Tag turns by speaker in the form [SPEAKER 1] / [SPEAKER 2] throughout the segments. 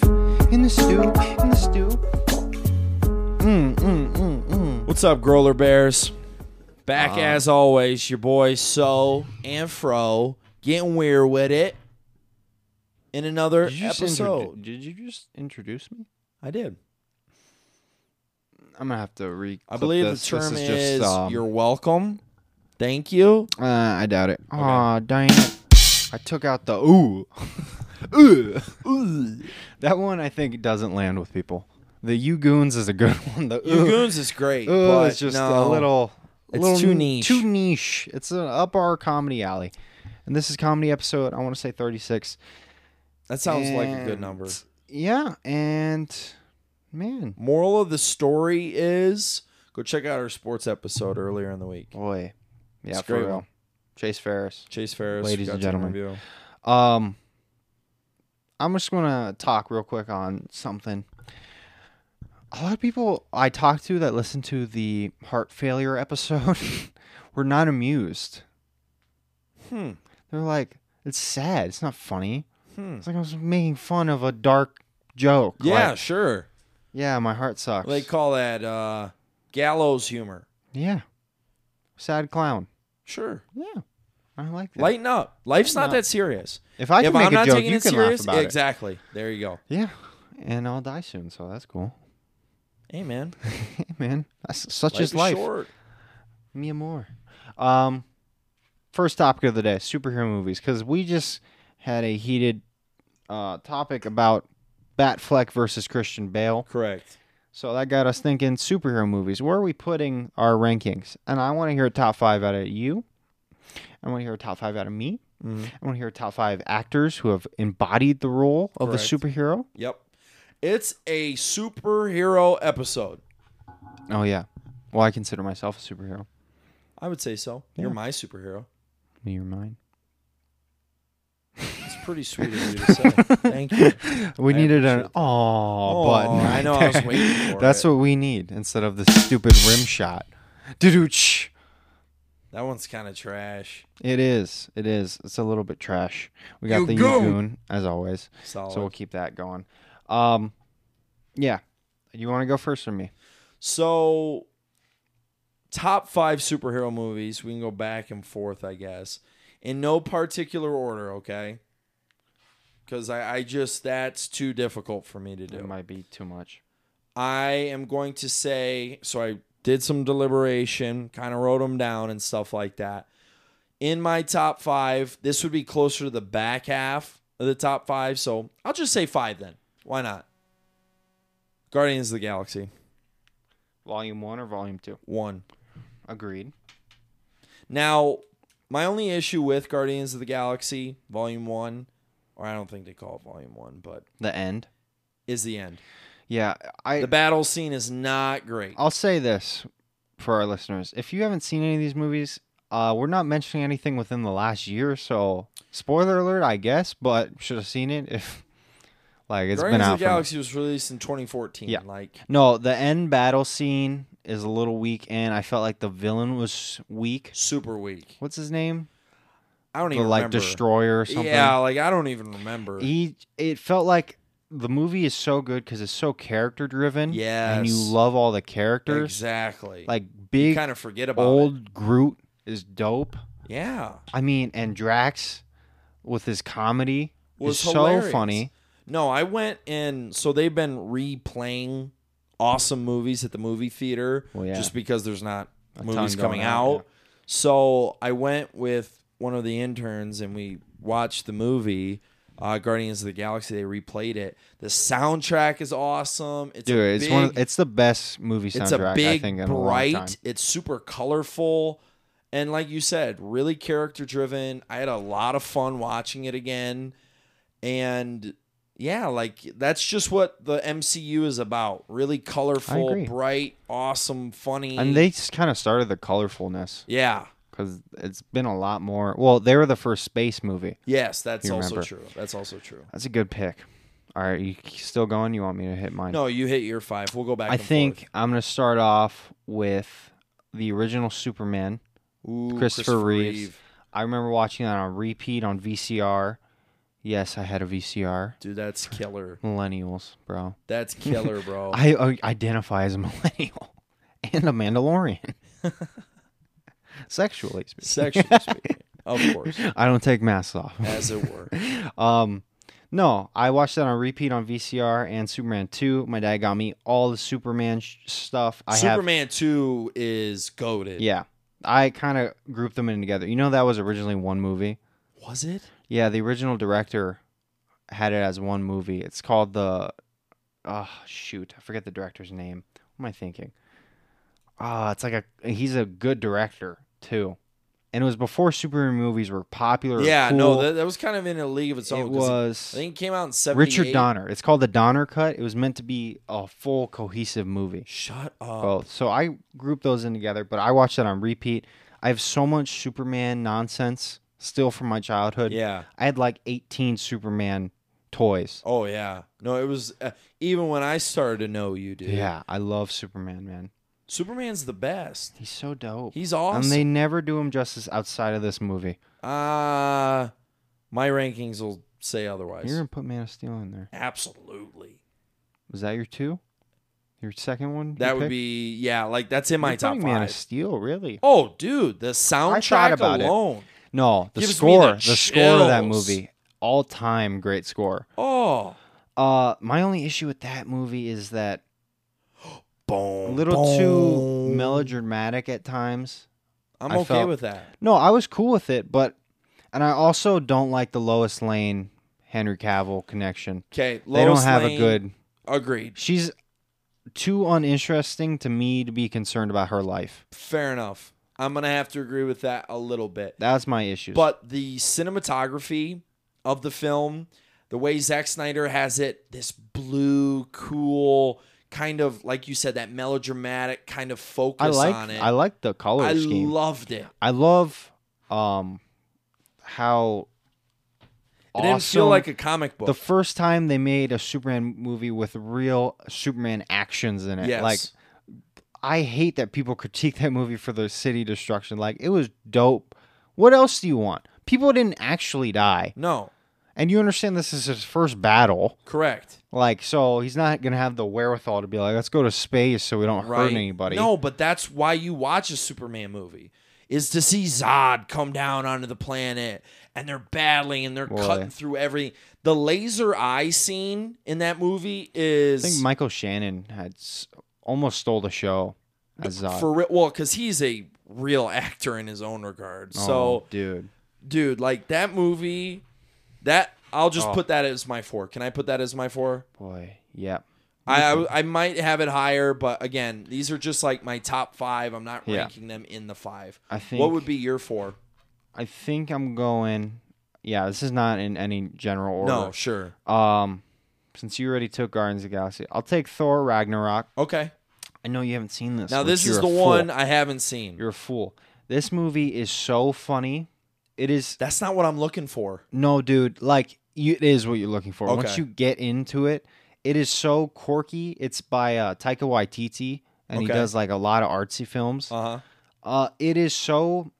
[SPEAKER 1] the stew, in the stew. Mm, mm, mm, mm.
[SPEAKER 2] What's up, Growler Bears? Back
[SPEAKER 1] Uh-huh.
[SPEAKER 2] as always, your boy So and Fro getting weird with it in another
[SPEAKER 1] Did you, just
[SPEAKER 2] episode.
[SPEAKER 1] introdu- did you just introduce me?
[SPEAKER 2] I did.
[SPEAKER 1] I'm gonna have to re.
[SPEAKER 2] I believe
[SPEAKER 1] this.
[SPEAKER 2] the term
[SPEAKER 1] this
[SPEAKER 2] is,
[SPEAKER 1] is, just, um,
[SPEAKER 2] "You're welcome." Thank you.
[SPEAKER 1] Uh, I doubt it. Aw, dang it! I took out the ooh, ooh. That one I think doesn't land with people. The you goons is a good one. The
[SPEAKER 2] You
[SPEAKER 1] ooh,
[SPEAKER 2] goons is great,
[SPEAKER 1] ooh
[SPEAKER 2] but
[SPEAKER 1] is just
[SPEAKER 2] no.
[SPEAKER 1] a little.
[SPEAKER 2] It's
[SPEAKER 1] little
[SPEAKER 2] too
[SPEAKER 1] n-
[SPEAKER 2] niche.
[SPEAKER 1] Too niche. It's an up our comedy alley, and this is comedy episode. I want to say 36.
[SPEAKER 2] That sounds like a good
[SPEAKER 1] And-
[SPEAKER 2] number.
[SPEAKER 1] Yeah, and man,
[SPEAKER 2] Moral of the story is go check out our sports episode earlier in the week.
[SPEAKER 1] boy, yeah,
[SPEAKER 2] It's a
[SPEAKER 1] for
[SPEAKER 2] great
[SPEAKER 1] real.
[SPEAKER 2] one.
[SPEAKER 1] Chase Ferris.
[SPEAKER 2] Chase Ferris,
[SPEAKER 1] Ladies and
[SPEAKER 2] got to
[SPEAKER 1] gentlemen.
[SPEAKER 2] interview.
[SPEAKER 1] Um, I'm just gonna talk real quick on something. A lot of people I talk to that listen to the heart failure episode were not amused.
[SPEAKER 2] Hmm.
[SPEAKER 1] They're like, "It's sad. It's not funny."
[SPEAKER 2] Hmm.
[SPEAKER 1] It's like I was making fun of a dark joke.
[SPEAKER 2] Yeah,
[SPEAKER 1] Like,
[SPEAKER 2] sure.
[SPEAKER 1] yeah, my heart sucks.
[SPEAKER 2] They call that uh, gallows humor.
[SPEAKER 1] yeah, sad clown.
[SPEAKER 2] Sure.
[SPEAKER 1] Yeah, I like that.
[SPEAKER 2] Lighten up. Life's not
[SPEAKER 1] Lighten
[SPEAKER 2] that serious.
[SPEAKER 1] if I can
[SPEAKER 2] if
[SPEAKER 1] make
[SPEAKER 2] I'm
[SPEAKER 1] a
[SPEAKER 2] not
[SPEAKER 1] joke,
[SPEAKER 2] taking
[SPEAKER 1] you
[SPEAKER 2] it
[SPEAKER 1] can
[SPEAKER 2] serious,
[SPEAKER 1] laugh about
[SPEAKER 2] exactly. There you go.
[SPEAKER 1] it. Yeah, and I'll die soon, so that's cool.
[SPEAKER 2] Hey man,
[SPEAKER 1] Hey, man, that's such
[SPEAKER 2] life
[SPEAKER 1] is
[SPEAKER 2] is
[SPEAKER 1] life.
[SPEAKER 2] short.
[SPEAKER 1] Mia Moore. Um, first topic of the day: superhero movies, because we just had a heated uh, topic about Batfleck versus Christian Bale.
[SPEAKER 2] Correct.
[SPEAKER 1] So that got us thinking superhero movies. Where are we putting our rankings? And I want to hear a top five out of you. I want to hear a top five out of me.
[SPEAKER 2] Mm-hmm.
[SPEAKER 1] I want to hear a top five actors who have embodied the role of
[SPEAKER 2] Correct.
[SPEAKER 1] a superhero.
[SPEAKER 2] Yep. It's a superhero episode.
[SPEAKER 1] Oh yeah. Well, I consider myself a superhero.
[SPEAKER 2] I would say so. You're my superhero.
[SPEAKER 1] Me or mine.
[SPEAKER 2] It's pretty sweet of you to say. Thank you.
[SPEAKER 1] We
[SPEAKER 2] I
[SPEAKER 1] needed an
[SPEAKER 2] appreciate
[SPEAKER 1] aw
[SPEAKER 2] Aw,
[SPEAKER 1] button.
[SPEAKER 2] Oh, I
[SPEAKER 1] right
[SPEAKER 2] know, I was
[SPEAKER 1] there.
[SPEAKER 2] waiting for
[SPEAKER 1] That's
[SPEAKER 2] it.
[SPEAKER 1] what we need instead of the stupid rim shot. Dooch.
[SPEAKER 2] That one's kind of trash.
[SPEAKER 1] It is. It is. It's a little bit trash. We got
[SPEAKER 2] You Oh.
[SPEAKER 1] the you
[SPEAKER 2] goon.
[SPEAKER 1] goon as always.
[SPEAKER 2] Solid.
[SPEAKER 1] So we'll keep that going. Um, yeah. You want to go first or me?
[SPEAKER 2] So, top five superhero movies. We can go back and forth, I guess, in no particular order, okay? Because I, I just, that's too difficult for me to
[SPEAKER 1] It
[SPEAKER 2] do.
[SPEAKER 1] might be too much.
[SPEAKER 2] I am going to say, so I did some deliberation, kind of wrote them down and stuff like that. In my top five, this would be closer to the back half of the top five. So I'll just say five then. Why not? Guardians of the Galaxy,
[SPEAKER 1] Volume one or volume two?
[SPEAKER 2] one.
[SPEAKER 1] Agreed.
[SPEAKER 2] Now, my only issue with Guardians of the Galaxy Volume 1, or I don't think they call it Volume 1, but
[SPEAKER 1] The end.
[SPEAKER 2] is the end.
[SPEAKER 1] Yeah. I.
[SPEAKER 2] The battle scene is not great.
[SPEAKER 1] I'll say this for our listeners: if you haven't seen any of these movies, uh, we're not mentioning anything within the last year, so spoiler alert, I guess. But should have seen it if, like, it's been
[SPEAKER 2] Guardians of
[SPEAKER 1] out.
[SPEAKER 2] the
[SPEAKER 1] for-
[SPEAKER 2] Galaxy was released in 2014.
[SPEAKER 1] Yeah.
[SPEAKER 2] Like,
[SPEAKER 1] No, the end battle scene is a little weak, and I felt like the villain was weak.
[SPEAKER 2] super weak.
[SPEAKER 1] What's his name?
[SPEAKER 2] I don't
[SPEAKER 1] The
[SPEAKER 2] even
[SPEAKER 1] like
[SPEAKER 2] remember.
[SPEAKER 1] destroyer or something.
[SPEAKER 2] Yeah, like, I don't even remember.
[SPEAKER 1] He. It felt like the movie is so good because it's so character driven. And you
[SPEAKER 2] Yes.
[SPEAKER 1] love all the characters.
[SPEAKER 2] exactly.
[SPEAKER 1] Like
[SPEAKER 2] you
[SPEAKER 1] big
[SPEAKER 2] kind of forget about
[SPEAKER 1] old Groot is dope.
[SPEAKER 2] it. Yeah.
[SPEAKER 1] I mean, and Drax with his comedy
[SPEAKER 2] Was
[SPEAKER 1] was so
[SPEAKER 2] hilarious.
[SPEAKER 1] funny.
[SPEAKER 2] No, I went and so they've been replaying awesome movies at the movie theater
[SPEAKER 1] Well, yeah.
[SPEAKER 2] just because there's not
[SPEAKER 1] A
[SPEAKER 2] movies
[SPEAKER 1] ton
[SPEAKER 2] coming
[SPEAKER 1] going
[SPEAKER 2] out.
[SPEAKER 1] out, yeah.
[SPEAKER 2] So I went with one of the interns and we watched the movie uh, Guardians of the Galaxy. They replayed it. The soundtrack is awesome. It's
[SPEAKER 1] Dude,
[SPEAKER 2] a
[SPEAKER 1] it's
[SPEAKER 2] big,
[SPEAKER 1] one. Of, it's the best movie
[SPEAKER 2] it's a
[SPEAKER 1] soundtrack I
[SPEAKER 2] big,
[SPEAKER 1] think in a long time.
[SPEAKER 2] bright. It's super colorful, and like you said, really character driven. I had a lot of fun watching it again, and yeah, like that's just what the MCU is about. Really colorful,
[SPEAKER 1] agree.
[SPEAKER 2] bright, awesome, funny,
[SPEAKER 1] And they just kind of started the colorfulness
[SPEAKER 2] yeah,
[SPEAKER 1] because it's been a lot more. Well, they were the first space movie.
[SPEAKER 2] yes, that's
[SPEAKER 1] You
[SPEAKER 2] also
[SPEAKER 1] remember.
[SPEAKER 2] true. That's also true.
[SPEAKER 1] That's a good pick. All right, you still going? You want me to hit mine?
[SPEAKER 2] No, you hit your five. We'll go back.
[SPEAKER 1] I
[SPEAKER 2] and
[SPEAKER 1] think
[SPEAKER 2] forth.
[SPEAKER 1] I'm gonna start off with the original Superman.
[SPEAKER 2] Ooh,
[SPEAKER 1] Christopher Reeves.
[SPEAKER 2] Reeve.
[SPEAKER 1] I remember watching that on repeat on VCR. Yes, I had a VCR.
[SPEAKER 2] Dude, that's killer.
[SPEAKER 1] Millennials, bro.
[SPEAKER 2] That's killer, bro.
[SPEAKER 1] I, I identify as a millennial and a Mandalorian. Sexually speaking.
[SPEAKER 2] Sexually speaking. Of course.
[SPEAKER 1] I don't take masks off.
[SPEAKER 2] As it were.
[SPEAKER 1] Um, no, I watched that on repeat on VCR and Superman 2. My dad got me all the Superman sh- stuff. I have.
[SPEAKER 2] Superman 2 is goaded.
[SPEAKER 1] Yeah. I kind of grouped them in together. You know, that was originally one movie.
[SPEAKER 2] Was it?
[SPEAKER 1] Yeah, the original director had it as one movie. It's called the. Oh, shoot. I forget the director's name. What am I thinking? Ah, it's like a. He's a good director, too. And it was before superhero movies were popular. or
[SPEAKER 2] Yeah,
[SPEAKER 1] cool.
[SPEAKER 2] no, that, that was kind of in a league of its
[SPEAKER 1] it
[SPEAKER 2] own. 'cause
[SPEAKER 1] was.
[SPEAKER 2] I think it came out in 78.
[SPEAKER 1] Richard Donner. It's called the Donner Cut. It was meant to be a full cohesive movie.
[SPEAKER 2] Shut up.
[SPEAKER 1] Both. So I grouped those in together, but I watched that on repeat. I have so much Superman nonsense still from my childhood.
[SPEAKER 2] Yeah.
[SPEAKER 1] I had like 18 Superman toys.
[SPEAKER 2] Oh, yeah. No, it was uh, even when I started to know you, dude.
[SPEAKER 1] Yeah, I love Superman, man.
[SPEAKER 2] Superman's the best.
[SPEAKER 1] He's so dope.
[SPEAKER 2] He's awesome.
[SPEAKER 1] And they never do him justice outside of this movie.
[SPEAKER 2] Uh my rankings will say otherwise.
[SPEAKER 1] You're gonna put Man of Steel in there.
[SPEAKER 2] Absolutely.
[SPEAKER 1] Was that your two? Your second one? you
[SPEAKER 2] That would
[SPEAKER 1] picked?
[SPEAKER 2] be yeah, like that's in my
[SPEAKER 1] You're
[SPEAKER 2] top
[SPEAKER 1] putting Man of
[SPEAKER 2] five.
[SPEAKER 1] Steel, really?
[SPEAKER 2] Oh, dude, the soundtrack
[SPEAKER 1] about it.
[SPEAKER 2] alone.
[SPEAKER 1] No, the
[SPEAKER 2] Gives me
[SPEAKER 1] score,
[SPEAKER 2] the
[SPEAKER 1] the, score of that
[SPEAKER 2] chills.
[SPEAKER 1] movie, all time great score.
[SPEAKER 2] Oh,
[SPEAKER 1] Uh, my only issue with that movie is that a
[SPEAKER 2] boom.
[SPEAKER 1] little too
[SPEAKER 2] boom.
[SPEAKER 1] melodramatic at times.
[SPEAKER 2] I'm
[SPEAKER 1] I
[SPEAKER 2] okay
[SPEAKER 1] felt-
[SPEAKER 2] with that.
[SPEAKER 1] No, I was cool with it, but and I also don't like the Lois Lane Henry Cavill connection.
[SPEAKER 2] Okay, Lois
[SPEAKER 1] they don't have
[SPEAKER 2] Lane,
[SPEAKER 1] a good.
[SPEAKER 2] Agreed.
[SPEAKER 1] She's too uninteresting to me to be concerned about her life.
[SPEAKER 2] Fair enough. I'm gonna have to agree with that a little bit.
[SPEAKER 1] That's my issue.
[SPEAKER 2] But the cinematography of the film, the way Zack Snyder has it, this blue, cool kind of like you said, that melodramatic kind of focus
[SPEAKER 1] I
[SPEAKER 2] on
[SPEAKER 1] like
[SPEAKER 2] it.
[SPEAKER 1] I like the color
[SPEAKER 2] I
[SPEAKER 1] scheme.
[SPEAKER 2] loved it.
[SPEAKER 1] I love um how
[SPEAKER 2] It didn't feel
[SPEAKER 1] awesome-
[SPEAKER 2] like a comic book.
[SPEAKER 1] the first time they made a Superman movie with real Superman actions in it.
[SPEAKER 2] yes.
[SPEAKER 1] Like I hate that people critique that movie for the city destruction. Like it was dope. What else do you want? People didn't actually die.
[SPEAKER 2] no,
[SPEAKER 1] And you understand this is his first battle.
[SPEAKER 2] correct.
[SPEAKER 1] Like so he's not going to have the wherewithal to be like let's go to space so we don't
[SPEAKER 2] Right.
[SPEAKER 1] hurt anybody.
[SPEAKER 2] No, but that's why you watch a Superman movie is to see Zod come down onto the planet and they're battling and they're
[SPEAKER 1] Boy.
[SPEAKER 2] cutting through everything. The laser eye scene in that movie
[SPEAKER 1] I think
[SPEAKER 2] is
[SPEAKER 1] Michael Shannon had s- almost stole the show as Zod.
[SPEAKER 2] for real. Well, because he's a real actor in his own regard.
[SPEAKER 1] Oh,
[SPEAKER 2] So,
[SPEAKER 1] dude.
[SPEAKER 2] dude, like that movie, that I'll just
[SPEAKER 1] Oh.
[SPEAKER 2] put that as my four. Can I put that as my four?
[SPEAKER 1] Boy, yep.
[SPEAKER 2] I, I I might have it higher, but again, these are just like my top five. I'm not
[SPEAKER 1] Yeah.
[SPEAKER 2] ranking them in the five.
[SPEAKER 1] I think
[SPEAKER 2] What would be your four?
[SPEAKER 1] I think I'm going. Yeah, this is not in any general
[SPEAKER 2] No,
[SPEAKER 1] order.
[SPEAKER 2] sure.
[SPEAKER 1] Um, since you already took Guardians of the Galaxy, I'll take Thor Ragnarok.
[SPEAKER 2] Okay.
[SPEAKER 1] I know you haven't seen this.
[SPEAKER 2] Now
[SPEAKER 1] which
[SPEAKER 2] this
[SPEAKER 1] you're
[SPEAKER 2] is
[SPEAKER 1] a
[SPEAKER 2] the
[SPEAKER 1] fool.
[SPEAKER 2] one I haven't seen.
[SPEAKER 1] You're a fool. This movie is so funny. It is
[SPEAKER 2] That's not what I'm looking for.
[SPEAKER 1] no, dude. Like you, it is what you're looking for. Once
[SPEAKER 2] Okay.
[SPEAKER 1] you get into it, it is so quirky. It's by uh, Taika Waititi, and he
[SPEAKER 2] Okay.
[SPEAKER 1] does like a lot of artsy films.
[SPEAKER 2] Uh huh.
[SPEAKER 1] Uh, it is so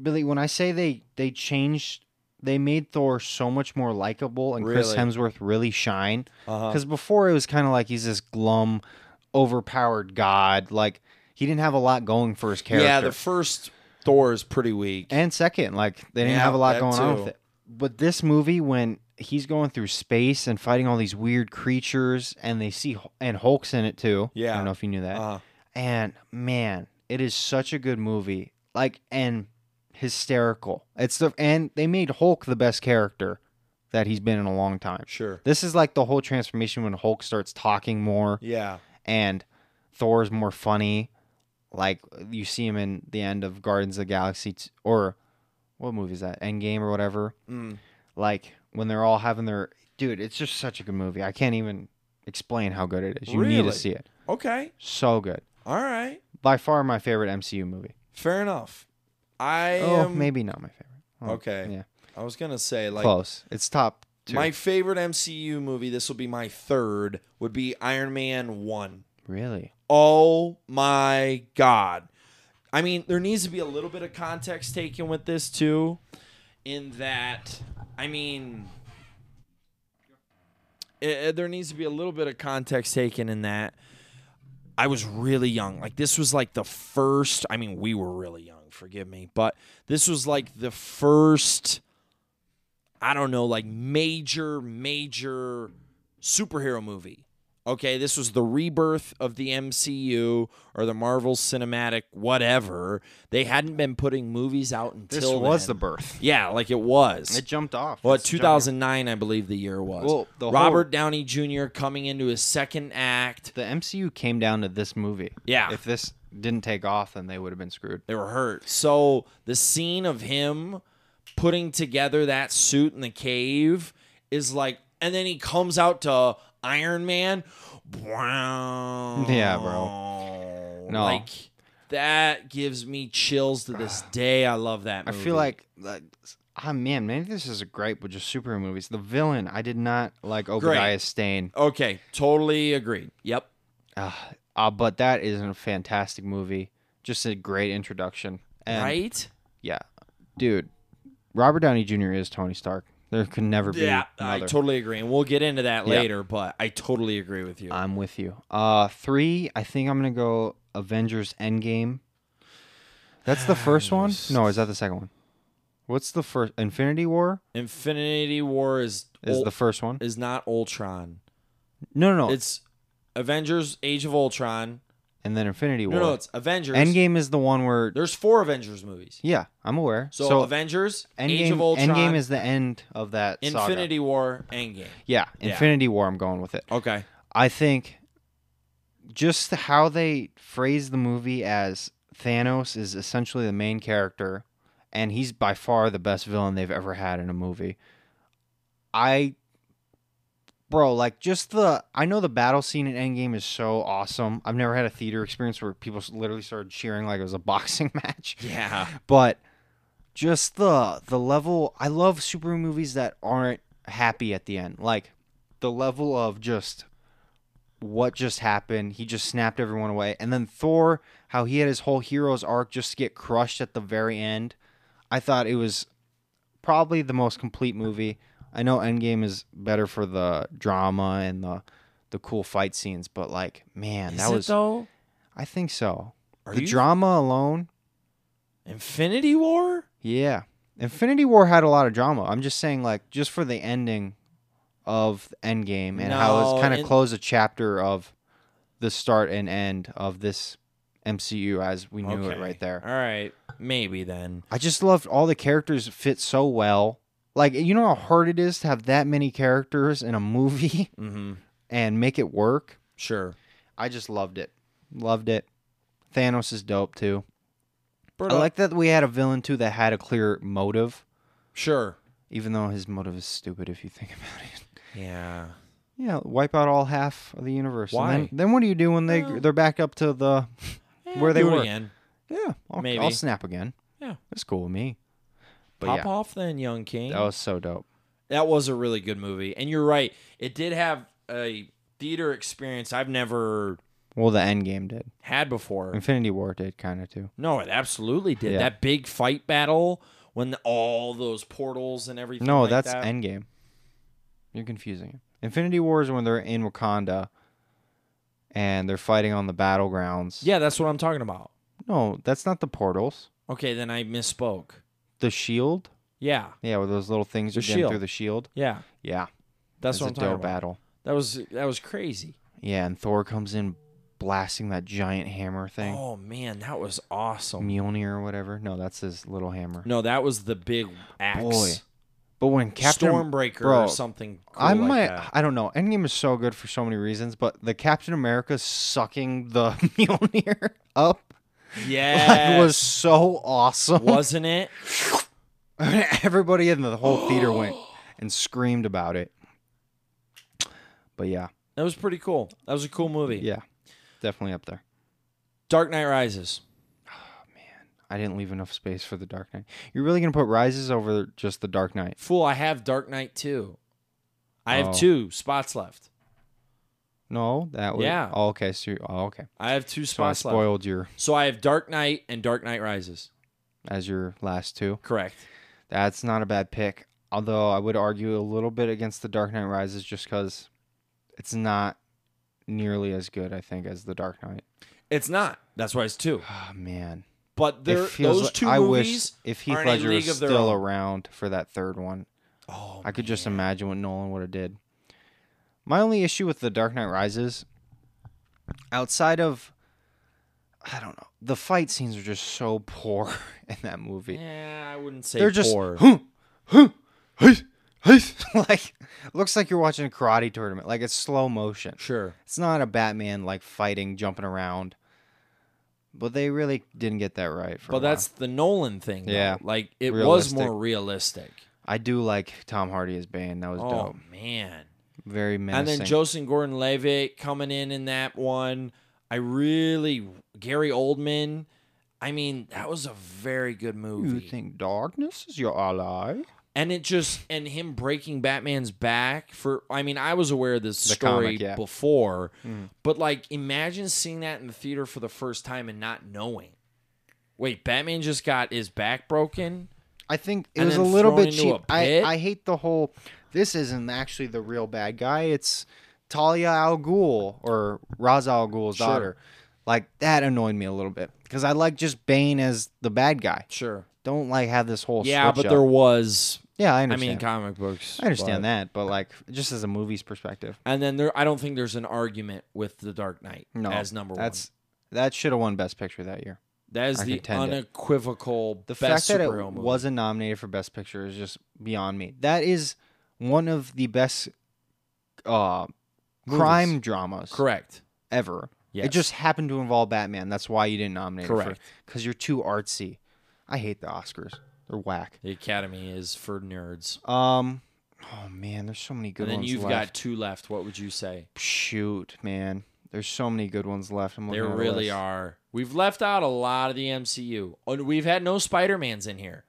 [SPEAKER 1] Billy. When I say they they changed, they made Thor so much more likable, and Chris
[SPEAKER 2] Really?
[SPEAKER 1] Hemsworth really shine.
[SPEAKER 2] Uh huh.
[SPEAKER 1] Because before it was kind of like he's this glum, overpowered god. Like he didn't have a lot going for his character.
[SPEAKER 2] Yeah, the first Thor is pretty weak.
[SPEAKER 1] and second, like they didn't
[SPEAKER 2] Yeah,
[SPEAKER 1] have a lot
[SPEAKER 2] that
[SPEAKER 1] going on with
[SPEAKER 2] too.
[SPEAKER 1] it. But this movie, when he's going through space and fighting all these weird creatures, and they see and Hulk's in it too. I
[SPEAKER 2] Yeah.
[SPEAKER 1] don't know if you knew that.
[SPEAKER 2] Uh,
[SPEAKER 1] And man, it is such a good movie. Like and hysterical. It's the and they made Hulk the best character that he's been in a long time.
[SPEAKER 2] sure.
[SPEAKER 1] This is like the whole transformation when Hulk starts talking more
[SPEAKER 2] Yeah.
[SPEAKER 1] and Thor's more funny. Like you see him in the end of Guardians of the Galaxy t- or what movie is that? Endgame or whatever.
[SPEAKER 2] Mm.
[SPEAKER 1] Like when they're all having their dude, it's just such a good movie. I can't even explain how good it is. You need
[SPEAKER 2] Really?
[SPEAKER 1] to see it.
[SPEAKER 2] Okay.
[SPEAKER 1] So good
[SPEAKER 2] All right.
[SPEAKER 1] by far my favorite MCU movie.
[SPEAKER 2] Fair enough. I
[SPEAKER 1] oh,
[SPEAKER 2] am.
[SPEAKER 1] maybe not my favorite. Oh,
[SPEAKER 2] Um, Okay.
[SPEAKER 1] yeah.
[SPEAKER 2] I was gonna say like
[SPEAKER 1] Close. It's top two.
[SPEAKER 2] my favorite MCU movie. This will be my third. Would be Iron Man one.
[SPEAKER 1] really?
[SPEAKER 2] Oh my god. I mean, there needs to be a little bit of context taken with this too in that I mean, eh, there needs to be a little bit of context taken in that. I was really young. Like this was like the first. I mean, we were really young. Forgive me, but this was like the first. I don't know, like major, major superhero movie. Okay, this was the rebirth of the MCU or the Marvel Cinematic, whatever. They hadn't been putting movies out until
[SPEAKER 1] This was
[SPEAKER 2] then.
[SPEAKER 1] the birth.
[SPEAKER 2] yeah, like it was.
[SPEAKER 1] It jumped off.
[SPEAKER 2] Well,
[SPEAKER 1] It's jumping-
[SPEAKER 2] 2009, I believe the year was.
[SPEAKER 1] Well, the whole-
[SPEAKER 2] Robert Downey Jr. coming into his second act.
[SPEAKER 1] The MCU came down to this movie.
[SPEAKER 2] Yeah.
[SPEAKER 1] If this didn't take off, then they would have been screwed.
[SPEAKER 2] They were hurt. So the scene of him putting together that suit in the cave is like, and then he comes out to Iron Man. Wow.
[SPEAKER 1] Yeah, bro. No.
[SPEAKER 2] Like, that gives me chills to this day. I love that
[SPEAKER 1] I
[SPEAKER 2] movie.
[SPEAKER 1] feel like, like, ah man, maybe this is a gripe with just superhero movies. The villain, I did not like Obadiah Stane,
[SPEAKER 2] Okay, totally agreed. Yep.
[SPEAKER 1] uh, uh, but that is a fantastic movie. Just a great introduction. And
[SPEAKER 2] right?
[SPEAKER 1] Yeah, dude, Robert Downey Jr. is Tony Stark. There could never be.
[SPEAKER 2] Yeah, I
[SPEAKER 1] another.
[SPEAKER 2] totally agree, and we'll get into that
[SPEAKER 1] Yeah.
[SPEAKER 2] later. But I totally agree with you.
[SPEAKER 1] I'm with you. Uh, three. I think I'm gonna go Avengers Endgame. That's the first one. No, is that the second one? What's the first? Infinity War
[SPEAKER 2] Infinity War is
[SPEAKER 1] is
[SPEAKER 2] Ul-
[SPEAKER 1] the Oh. first one.
[SPEAKER 2] is not Ultron.
[SPEAKER 1] No, no, no.
[SPEAKER 2] It's Avengers: Age of Ultron.
[SPEAKER 1] and then Infinity War.
[SPEAKER 2] No, no, it's Avengers.
[SPEAKER 1] Endgame is the one where.
[SPEAKER 2] There's four Avengers movies.
[SPEAKER 1] Yeah, I'm aware.
[SPEAKER 2] So, Avengers: Age
[SPEAKER 1] Endgame.
[SPEAKER 2] of Ultron.
[SPEAKER 1] Endgame is the end of that. saga.
[SPEAKER 2] Infinity War. Endgame.
[SPEAKER 1] Yeah,
[SPEAKER 2] Yeah.
[SPEAKER 1] Infinity War. I'm going with it.
[SPEAKER 2] Okay.
[SPEAKER 1] I think just how they phrase the movie as Thanos is essentially the main character, and he's by far the best villain they've ever had in a movie. I, bro, like just the I know the battle scene in Endgame is so awesome. I've never had a theater experience where people s- literally started cheering like it was a boxing match
[SPEAKER 2] Yeah.
[SPEAKER 1] but just the the level I love superhero movies that aren't happy at the end. Like the level of just what just happened. He just snapped everyone away. And then Thor, how he had his whole hero's arc just to get crushed at the very end. I thought it was probably the most complete movie. I know Endgame is better for the drama and the the cool fight scenes, but like, man, that was
[SPEAKER 2] though?
[SPEAKER 1] I think so.
[SPEAKER 2] Are
[SPEAKER 1] the
[SPEAKER 2] you
[SPEAKER 1] drama alone
[SPEAKER 2] Infinity War?
[SPEAKER 1] yeah. Infinity War had a lot of drama. I'm just saying, like, just for the ending of Endgame and how
[SPEAKER 2] No,
[SPEAKER 1] it's kind of
[SPEAKER 2] in-
[SPEAKER 1] closed a chapter of the start and end of this MCU as we knew it
[SPEAKER 2] Okay.
[SPEAKER 1] right there.
[SPEAKER 2] All right. Maybe then.
[SPEAKER 1] I just loved all the characters fit so well. Like, you know how hard it is to have that many characters in a movie
[SPEAKER 2] Mm-hmm.
[SPEAKER 1] and make it work?
[SPEAKER 2] Sure.
[SPEAKER 1] I just loved it. Loved it. Thanos is dope too.
[SPEAKER 2] Bro,
[SPEAKER 1] I like that we had a villain too that had a clear motive.
[SPEAKER 2] Sure.
[SPEAKER 1] Even though his motive is stupid if you think about it.
[SPEAKER 2] Yeah.
[SPEAKER 1] Yeah, wipe out all half of the universe. and
[SPEAKER 2] Why?
[SPEAKER 1] then, then what do you do when they
[SPEAKER 2] Well-
[SPEAKER 1] they're back up to the Where they
[SPEAKER 2] do it
[SPEAKER 1] were.
[SPEAKER 2] again.
[SPEAKER 1] yeah? I'll,
[SPEAKER 2] Maybe.
[SPEAKER 1] I'll snap again.
[SPEAKER 2] Yeah.
[SPEAKER 1] it's cool with me. But
[SPEAKER 2] Pop
[SPEAKER 1] yeah,
[SPEAKER 2] off then, young king.
[SPEAKER 1] that was so dope.
[SPEAKER 2] That was a really good movie, and you're right. It did have a theater experience I've never
[SPEAKER 1] Well, the end game did.
[SPEAKER 2] had before.
[SPEAKER 1] Infinity War did kind of too.
[SPEAKER 2] No, it absolutely did.
[SPEAKER 1] Mm-hmm. Yeah.
[SPEAKER 2] That big fight battle when the- all those portals and everything.
[SPEAKER 1] No,
[SPEAKER 2] like
[SPEAKER 1] that's
[SPEAKER 2] that.
[SPEAKER 1] end game. You're confusing it. Infinity War is when they're in Wakanda and they're fighting on the battlegrounds.
[SPEAKER 2] yeah, that's what I'm talking about.
[SPEAKER 1] No, that's not the portals.
[SPEAKER 2] Okay, then I misspoke.
[SPEAKER 1] The shield.
[SPEAKER 2] Yeah,
[SPEAKER 1] Yeah, where those little things
[SPEAKER 2] The
[SPEAKER 1] are getting through
[SPEAKER 2] shield.
[SPEAKER 1] the shield.
[SPEAKER 2] yeah,
[SPEAKER 1] Yeah,
[SPEAKER 2] that's
[SPEAKER 1] it's
[SPEAKER 2] what
[SPEAKER 1] a
[SPEAKER 2] I'm talking
[SPEAKER 1] dope
[SPEAKER 2] about.
[SPEAKER 1] battle.
[SPEAKER 2] That was that was crazy.
[SPEAKER 1] Yeah, and Thor comes in blasting that giant hammer thing. Mm.
[SPEAKER 2] Oh man, that was awesome.
[SPEAKER 1] Mjolnir or whatever. No, that's his little hammer.
[SPEAKER 2] No, that was the big axe,
[SPEAKER 1] Boy. But when Captain
[SPEAKER 2] Stormbreaker
[SPEAKER 1] bro,
[SPEAKER 2] or something. Cool
[SPEAKER 1] I
[SPEAKER 2] like
[SPEAKER 1] might
[SPEAKER 2] that.
[SPEAKER 1] I don't know. Endgame is so good for so many reasons, but the Captain America sucking the Mjolnir up
[SPEAKER 2] Yeah,
[SPEAKER 1] like, was so awesome.
[SPEAKER 2] wasn't it?
[SPEAKER 1] Everybody in the whole theater went and screamed about it. But yeah,
[SPEAKER 2] That was pretty cool. That was a cool movie.
[SPEAKER 1] yeah. Definitely up there.
[SPEAKER 2] Dark Knight Rises.
[SPEAKER 1] I didn't leave enough space for the Dark Knight. You're really gonna put Rises over just the Dark Knight.
[SPEAKER 2] Fool, I have Dark Knight 2. I
[SPEAKER 1] Oh.
[SPEAKER 2] have two spots left.
[SPEAKER 1] No, that was
[SPEAKER 2] Yeah.
[SPEAKER 1] Oh, okay, so you- oh, okay.
[SPEAKER 2] I have two
[SPEAKER 1] So I
[SPEAKER 2] spots left.
[SPEAKER 1] spoiled your
[SPEAKER 2] So I have Dark Knight and Dark Knight Rises.
[SPEAKER 1] as your last two.
[SPEAKER 2] Correct.
[SPEAKER 1] That's not a bad pick. Although I would argue a little bit against the Dark Knight Rises just because It's not nearly as good, I think, as The Dark Knight.
[SPEAKER 2] It's not. That's why it's two.
[SPEAKER 1] Oh man,
[SPEAKER 2] But
[SPEAKER 1] It
[SPEAKER 2] there,
[SPEAKER 1] feels
[SPEAKER 2] those
[SPEAKER 1] like-
[SPEAKER 2] two
[SPEAKER 1] I wish
[SPEAKER 2] movies.
[SPEAKER 1] if Heath
[SPEAKER 2] are in a
[SPEAKER 1] Ledger was
[SPEAKER 2] league of their
[SPEAKER 1] still
[SPEAKER 2] own.
[SPEAKER 1] around for that third one,
[SPEAKER 2] oh,
[SPEAKER 1] I could just imagine what Nolan would have did. My only issue with The Dark Knight Rises, outside of, I don't know, the fight scenes are just so poor in that movie.
[SPEAKER 2] Yeah, I wouldn't say
[SPEAKER 1] They're just
[SPEAKER 2] poor.
[SPEAKER 1] "Huh, huh, hey, hey." like looks like you're watching a karate tournament. Like it's slow motion.
[SPEAKER 2] sure.
[SPEAKER 1] It's not a Batman like fighting, jumping around. But they really didn't get that right. For a
[SPEAKER 2] But
[SPEAKER 1] while.
[SPEAKER 2] that's the Nolan thing. though.
[SPEAKER 1] Yeah.
[SPEAKER 2] Like it was
[SPEAKER 1] Realistic.
[SPEAKER 2] more realistic.
[SPEAKER 1] I do like Tom Hardy as Bane. That was
[SPEAKER 2] Oh
[SPEAKER 1] dope.
[SPEAKER 2] man.
[SPEAKER 1] Very menacing.
[SPEAKER 2] And then Joseph Gordon-Levitt coming in in that one. I really Gary Oldman. I mean, that was a very good
[SPEAKER 1] you
[SPEAKER 2] movie.
[SPEAKER 1] think darkness is your ally?
[SPEAKER 2] and it just and him breaking Batman's back for I mean I was aware of this
[SPEAKER 1] The
[SPEAKER 2] story
[SPEAKER 1] comic, yeah. Mm-hmm.
[SPEAKER 2] before, but like imagine seeing that in the theater for the first time and not knowing. Wait, Batman just got his back broken.
[SPEAKER 1] I think it
[SPEAKER 2] And
[SPEAKER 1] was a
[SPEAKER 2] then
[SPEAKER 1] little
[SPEAKER 2] thrown
[SPEAKER 1] bit
[SPEAKER 2] into a
[SPEAKER 1] cheap. I,
[SPEAKER 2] pit?
[SPEAKER 1] I hate the whole. This isn't actually the real bad guy. It's Talia al Ghul or Ra's al Ghul's
[SPEAKER 2] Sure.
[SPEAKER 1] daughter. Like that annoyed me a little bit because I like just Bane as the bad guy.
[SPEAKER 2] Sure.
[SPEAKER 1] Don't like have this whole
[SPEAKER 2] Yeah,
[SPEAKER 1] switch
[SPEAKER 2] but
[SPEAKER 1] up.
[SPEAKER 2] there was.
[SPEAKER 1] yeah I
[SPEAKER 2] I
[SPEAKER 1] understand.
[SPEAKER 2] mean, comic books.
[SPEAKER 1] I understand
[SPEAKER 2] but-
[SPEAKER 1] that, but like just as a movie's perspective,
[SPEAKER 2] And then there, I don't think there's an argument with the Dark Knight
[SPEAKER 1] no,
[SPEAKER 2] as number
[SPEAKER 1] that's that should have won Best Picture that year.
[SPEAKER 2] one. That is
[SPEAKER 1] I
[SPEAKER 2] the
[SPEAKER 1] contend it.
[SPEAKER 2] unequivocal
[SPEAKER 1] The fact
[SPEAKER 2] best
[SPEAKER 1] that it
[SPEAKER 2] superhero movie.
[SPEAKER 1] wasn't nominated for Best Picture is just beyond me. That is one of the best uh,
[SPEAKER 2] Movies.
[SPEAKER 1] crime dramas
[SPEAKER 2] correct.
[SPEAKER 1] ever.
[SPEAKER 2] Yes.
[SPEAKER 1] It just happened to involve Batman. That's why you didn't nominate
[SPEAKER 2] Correct.
[SPEAKER 1] Because you're too artsy. I hate the Oscars. They're whack.
[SPEAKER 2] the Academy is for nerds.
[SPEAKER 1] Um, oh man, there's so many good
[SPEAKER 2] and then
[SPEAKER 1] ones
[SPEAKER 2] you've
[SPEAKER 1] left.
[SPEAKER 2] got two left. What would you say?
[SPEAKER 1] Shoot, man, there's so many good ones left. I'm looking
[SPEAKER 2] There
[SPEAKER 1] at a
[SPEAKER 2] really
[SPEAKER 1] list.
[SPEAKER 2] are. We've left out a lot of the MCU. And Oh, We've had no Spider-Mans in here.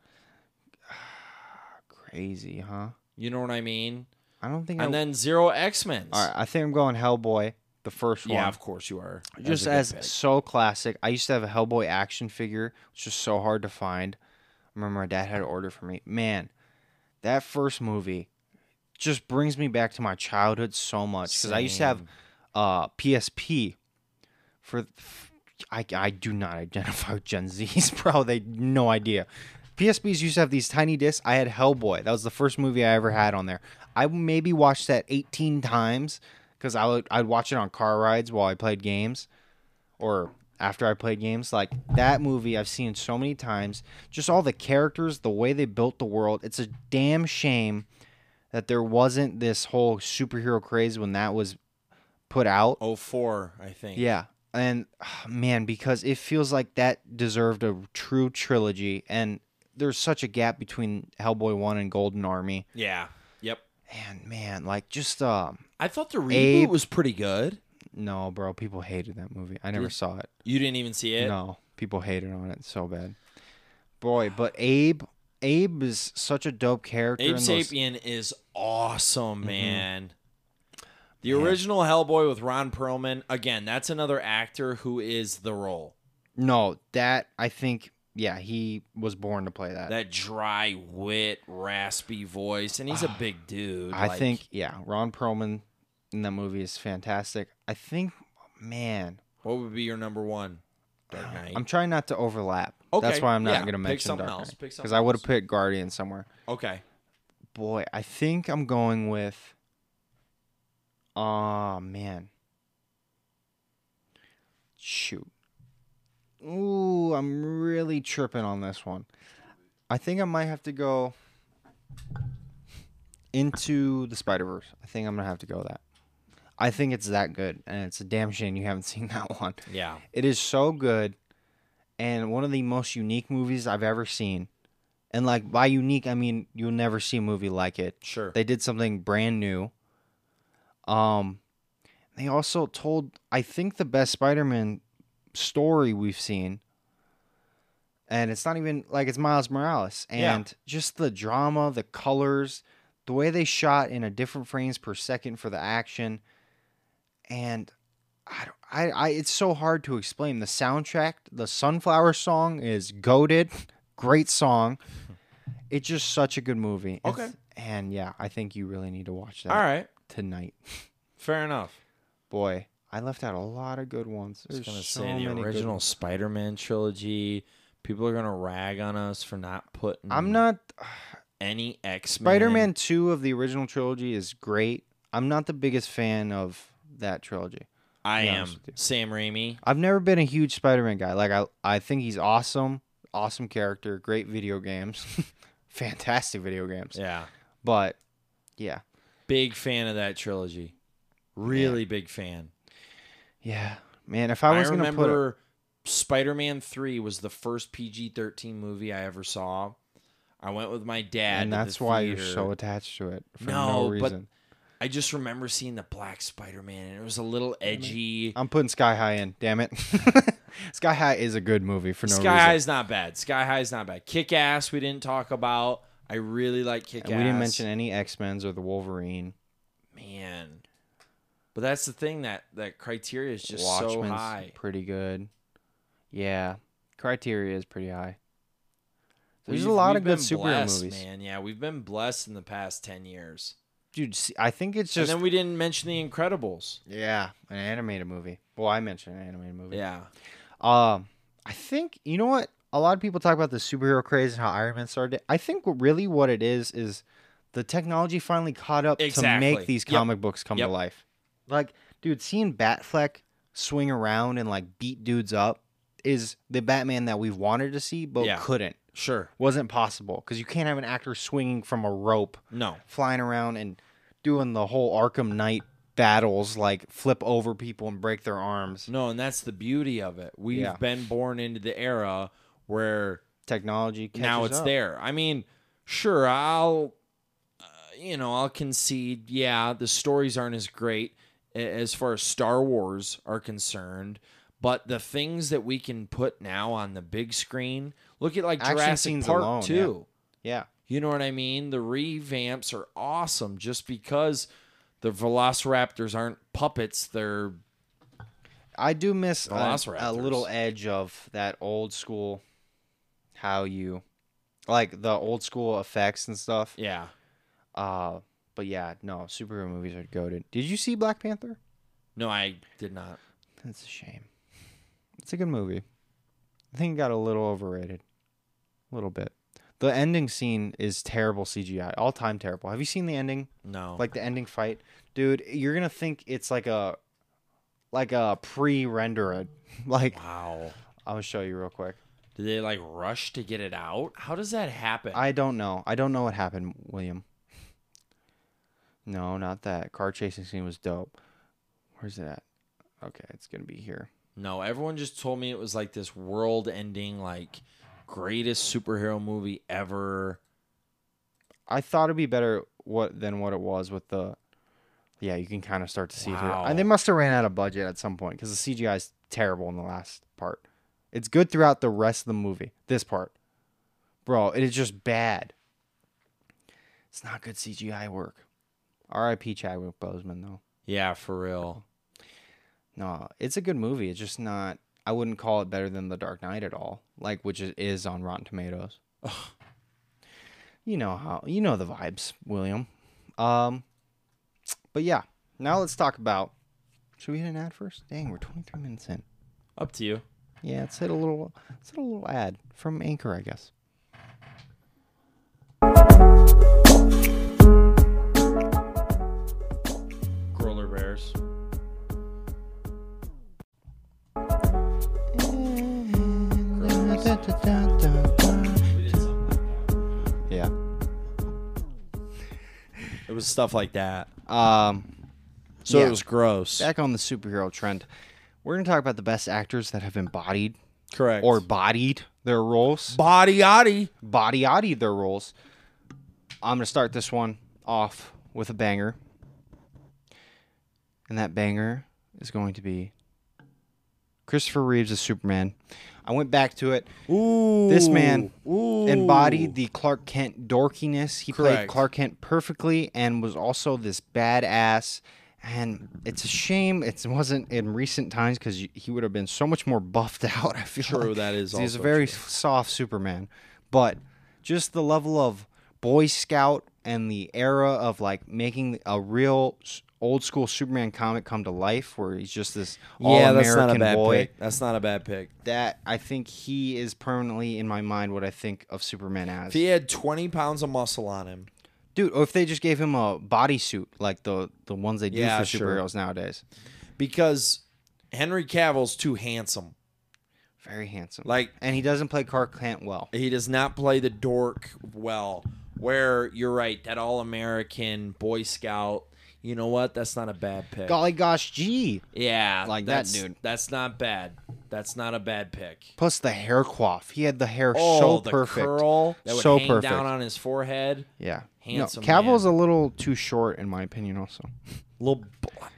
[SPEAKER 1] Crazy, huh?
[SPEAKER 2] You know what I mean?
[SPEAKER 1] I don't think. I,
[SPEAKER 2] And then zero X-Men.
[SPEAKER 1] all right, I think I'm going Hellboy, the first one.
[SPEAKER 2] Yeah, of course you are. That was
[SPEAKER 1] just
[SPEAKER 2] a good
[SPEAKER 1] as
[SPEAKER 2] pick.
[SPEAKER 1] so classic. I used to have a Hellboy action figure, which was so hard to find. I remember my dad had to order for me. Man, that first movie just brings me back to my childhood so much because I used to have
[SPEAKER 2] Same.
[SPEAKER 1] uh, PSP for. I, I do not identify with Gen Z's, bro. They no idea. PSPs used to have these tiny discs. I had Hellboy. That was the first movie I ever had on there. I maybe watched that 18 times because I would I'd watch it on car rides while I played games or after I played games. Like that movie I've seen so many times. Just all the characters, the way they built the world. It's a damn shame that there wasn't this whole superhero craze when that was put out.
[SPEAKER 2] 04, I think.
[SPEAKER 1] Yeah. And ah, man, because it feels like that deserved a true trilogy and there's such a gap between Hellboy 1 and Golden Army.
[SPEAKER 2] Yeah. Yep.
[SPEAKER 1] And man, like just um
[SPEAKER 2] I thought the reboot
[SPEAKER 1] Abe.
[SPEAKER 2] was pretty good.
[SPEAKER 1] no, bro, people hated that movie. I never saw it.
[SPEAKER 2] You didn't even see it.
[SPEAKER 1] No, people hated on it so bad. Boy, but Abe, Abe is such a dope character.
[SPEAKER 2] Abe
[SPEAKER 1] in those- Mm-hmm.
[SPEAKER 2] Sapien is awesome, man. The original Hellboy with Ron Perlman. Again, that's another actor who is the role.
[SPEAKER 1] No, that I think, yeah, he was born to play that.
[SPEAKER 2] That dry wit, raspy voice, and he's a big dude.
[SPEAKER 1] Ah, I
[SPEAKER 2] like-
[SPEAKER 1] think, yeah, Ron Perlman in that movie is fantastic. I think, man,
[SPEAKER 2] What would be your number one? Dark Knight.
[SPEAKER 1] I'm trying not to overlap. That's
[SPEAKER 2] Okay,
[SPEAKER 1] why I'm not
[SPEAKER 2] yeah,
[SPEAKER 1] going to
[SPEAKER 2] pick
[SPEAKER 1] mention
[SPEAKER 2] something
[SPEAKER 1] Dark
[SPEAKER 2] else,
[SPEAKER 1] Knight
[SPEAKER 2] pick
[SPEAKER 1] because
[SPEAKER 2] something
[SPEAKER 1] I would have
[SPEAKER 2] else.
[SPEAKER 1] put Guardian somewhere.
[SPEAKER 2] okay.
[SPEAKER 1] Boy, I think I'm going with. Oh man. Shoot. Ooh, I'm really tripping on this one. I think I might have to go into the Spider Verse. I think I'm gonna have to go that. I think it's that good, and it's a damn shame you haven't seen that one.
[SPEAKER 2] Yeah.
[SPEAKER 1] It is so good and one of the most unique movies I've ever seen. And like by unique, I mean you'll never see a movie like it.
[SPEAKER 2] Sure.
[SPEAKER 1] They did something brand new. Um they also told I think the best Spider-Man story we've seen. And it's not even like it's Miles Morales
[SPEAKER 2] Yeah.
[SPEAKER 1] and just the drama, the colors, the way they shot in a different frames per second for the action and I, don't- I, I it's so hard to explain the soundtrack the sunflower song is goaded great song it's just such a good movie It's-
[SPEAKER 2] Okay.
[SPEAKER 1] and yeah i think you really need to watch that
[SPEAKER 2] All right.
[SPEAKER 1] tonight
[SPEAKER 2] Fair enough.
[SPEAKER 1] Boy, I left out a lot of good ones.
[SPEAKER 2] I was
[SPEAKER 1] There's
[SPEAKER 2] gonna
[SPEAKER 1] so
[SPEAKER 2] say
[SPEAKER 1] many
[SPEAKER 2] the
[SPEAKER 1] good
[SPEAKER 2] original
[SPEAKER 1] ones.
[SPEAKER 2] Spider-Man trilogy. People are gonna rag on us for not putting.
[SPEAKER 1] I'm not
[SPEAKER 2] any X Men.
[SPEAKER 1] Spider-Man 2 of the original trilogy is great. I'm not the biggest fan of that trilogy.
[SPEAKER 2] I
[SPEAKER 1] be
[SPEAKER 2] am
[SPEAKER 1] honest with you.
[SPEAKER 2] Sam Raimi.
[SPEAKER 1] I've never been a huge Spider-Man guy. Like I I think he's awesome, awesome character, great video games. Fantastic video games.
[SPEAKER 2] Yeah,
[SPEAKER 1] But yeah.
[SPEAKER 2] big fan of that trilogy. Really big fan.
[SPEAKER 1] Yeah. Man, if
[SPEAKER 2] I,
[SPEAKER 1] I was going to put a-
[SPEAKER 2] remember Spider-Man Three was the first PG-13 movie I ever saw. I went with my dad,
[SPEAKER 1] and
[SPEAKER 2] to the
[SPEAKER 1] that's why you're
[SPEAKER 2] theater.
[SPEAKER 1] so attached to it for no,
[SPEAKER 2] No, but-
[SPEAKER 1] reason.
[SPEAKER 2] I just remember seeing the Black Spider-Man, and it was a little edgy.
[SPEAKER 1] I'm putting Sky High in, damn it. Sky High is a good movie for no
[SPEAKER 2] Sky
[SPEAKER 1] reason.
[SPEAKER 2] High's not bad. Sky High's not bad. Kick Ass, we didn't talk about. I really like Kick
[SPEAKER 1] and
[SPEAKER 2] Ass.
[SPEAKER 1] we didn't mention any X-Men's or the Wolverine.
[SPEAKER 2] Man. But that's the thing that that criteria is just so
[SPEAKER 1] Watchmen's
[SPEAKER 2] high.
[SPEAKER 1] pretty good. Yeah, criteria is pretty high. There's a
[SPEAKER 2] We've-
[SPEAKER 1] lot of
[SPEAKER 2] we've
[SPEAKER 1] good
[SPEAKER 2] been
[SPEAKER 1] superhero
[SPEAKER 2] blessed,
[SPEAKER 1] movies,
[SPEAKER 2] man. Yeah, we've been blessed in the past ten years.
[SPEAKER 1] dude. See, I think it's just
[SPEAKER 2] and then we didn't mention The Incredibles.
[SPEAKER 1] yeah, an animated movie. Well, I mentioned an animated movie.
[SPEAKER 2] Yeah,
[SPEAKER 1] Um, I think you know what a lot of people talk about the superhero craze and how Iron Man started. it. I think what- really what it is is the technology finally caught up to
[SPEAKER 2] Exactly.
[SPEAKER 1] make these
[SPEAKER 2] Yep.
[SPEAKER 1] comic books come
[SPEAKER 2] Yep.
[SPEAKER 1] to life. Like, dude, seeing Batfleck swing around and like beat dudes up is the Batman that we wanted to see but
[SPEAKER 2] Yeah.
[SPEAKER 1] couldn't.
[SPEAKER 2] sure.
[SPEAKER 1] Wasn't possible because you can't have an actor swinging from a rope,
[SPEAKER 2] No,
[SPEAKER 1] flying around and doing the whole Arkham Knight battles, like flip over people and break their arms.
[SPEAKER 2] no, and that's the beauty of it. We've
[SPEAKER 1] Yeah.
[SPEAKER 2] been born into the era where
[SPEAKER 1] Technology catches
[SPEAKER 2] now it's
[SPEAKER 1] up.
[SPEAKER 2] there. I mean, sure, I'll, uh, you know, I'll concede. Yeah, the stories aren't as great a- as far as Star Wars are concerned, but the things that we can put now on the big screen, look at like
[SPEAKER 1] Action
[SPEAKER 2] Jurassic
[SPEAKER 1] scenes
[SPEAKER 2] Park
[SPEAKER 1] alone, yeah.
[SPEAKER 2] too.
[SPEAKER 1] Yeah.
[SPEAKER 2] You know what I mean? The revamps are awesome just because the Velociraptors aren't puppets. They're
[SPEAKER 1] I do miss a, a
[SPEAKER 2] Velociraptors.
[SPEAKER 1] little edge of that old school, how you, like the old school effects and stuff.
[SPEAKER 2] yeah.
[SPEAKER 1] Uh, but yeah, no superhero movies are goaded. Did you see Black Panther?
[SPEAKER 2] No, I did not.
[SPEAKER 1] That's a shame. It's a good movie. I think it got a little overrated, a little bit. The ending scene is terrible CGI, all time terrible. Have you seen the ending?
[SPEAKER 2] No.
[SPEAKER 1] Like the ending fight, dude. You're gonna think it's like a, like a pre-rendered. Like
[SPEAKER 2] wow.
[SPEAKER 1] I'll show you real quick.
[SPEAKER 2] Did they like rush to get it out? How does that happen?
[SPEAKER 1] I don't know. I don't know what happened, William. No, not that. Car chasing scene was dope. Where's it at? Okay, it's gonna be here.
[SPEAKER 2] No, everyone just told me it was like this world ending, like greatest superhero movie ever.
[SPEAKER 1] I thought it'd be better what than what it was with the. Yeah, you can kind of start to see through.
[SPEAKER 2] Wow.
[SPEAKER 1] And they must have ran out of budget at some point because the CGI is terrible in the last part. It's good throughout the rest of the movie. This part, bro, it is just bad. It's not good CGI work. R.I.P. Chadwick Boseman though.
[SPEAKER 2] Yeah, for real.
[SPEAKER 1] No, it's a good movie. It's just not. I wouldn't call it better than The Dark Knight at all. Like, which it is on Rotten Tomatoes. You know how you know the vibes, William. Um, but yeah. Now let's talk about. Should we hit an ad first? Dang, we're 23 minutes in.
[SPEAKER 2] Up to you.
[SPEAKER 1] Yeah, let's hit a little. Let's hit a little ad from Anchor, I guess.
[SPEAKER 2] Growler Bears.
[SPEAKER 1] Yeah.
[SPEAKER 2] It was stuff like that.
[SPEAKER 1] Um.
[SPEAKER 2] So
[SPEAKER 1] Yeah.
[SPEAKER 2] it was gross.
[SPEAKER 1] back on the superhero trend, we're going to talk about the best actors that have embodied
[SPEAKER 2] Correct.
[SPEAKER 1] or bodied their roles,
[SPEAKER 2] body oddy.
[SPEAKER 1] bodyati their roles. I'm going to start this one off with a banger. And that banger is going to be Christopher Reeves as Superman. I went back to it.
[SPEAKER 2] Ooh.
[SPEAKER 1] This man
[SPEAKER 2] Ooh.
[SPEAKER 1] Embodied the Clark Kent dorkiness. He played
[SPEAKER 2] Correct.
[SPEAKER 1] Clark Kent perfectly and was also this badass. And it's a shame it wasn't in recent times because he would have been so much more buffed out. I feel
[SPEAKER 2] True,
[SPEAKER 1] like.
[SPEAKER 2] that is
[SPEAKER 1] he's a
[SPEAKER 2] also
[SPEAKER 1] very
[SPEAKER 2] true.
[SPEAKER 1] soft Superman, but just the level of Boy Scout and the era of like making a real s- old school Superman comic come to life, where he's just this all
[SPEAKER 2] yeah, that's not a
[SPEAKER 1] American
[SPEAKER 2] bad
[SPEAKER 1] boy.
[SPEAKER 2] pick. That's not a bad pick.
[SPEAKER 1] That I think he is permanently in my mind what I think of Superman as.
[SPEAKER 2] If he had 20 pounds of muscle on him,
[SPEAKER 1] Dude, or if they just gave him a bodysuit like the the ones they do
[SPEAKER 2] Yeah,
[SPEAKER 1] for
[SPEAKER 2] sure.
[SPEAKER 1] superheroes nowadays.
[SPEAKER 2] because Henry Cavill's too handsome.
[SPEAKER 1] Very handsome.
[SPEAKER 2] Like
[SPEAKER 1] and he doesn't play Clark Kent well.
[SPEAKER 2] he does not play the dork well. Where you're right, that all American Boy Scout. You know what? That's not a bad pick.
[SPEAKER 1] Golly gosh, gee.
[SPEAKER 2] Yeah,
[SPEAKER 1] Like that
[SPEAKER 2] that's-
[SPEAKER 1] dude.
[SPEAKER 2] That's not bad. That's not a bad pick.
[SPEAKER 1] Plus the hair quaff. He had the hair
[SPEAKER 2] Oh,
[SPEAKER 1] so
[SPEAKER 2] the
[SPEAKER 1] perfect.
[SPEAKER 2] curl that would
[SPEAKER 1] So
[SPEAKER 2] hang
[SPEAKER 1] perfect.
[SPEAKER 2] down on his forehead.
[SPEAKER 1] Yeah.
[SPEAKER 2] Handsome
[SPEAKER 1] no, Cavill's a little too short in my opinion also.
[SPEAKER 2] Little b-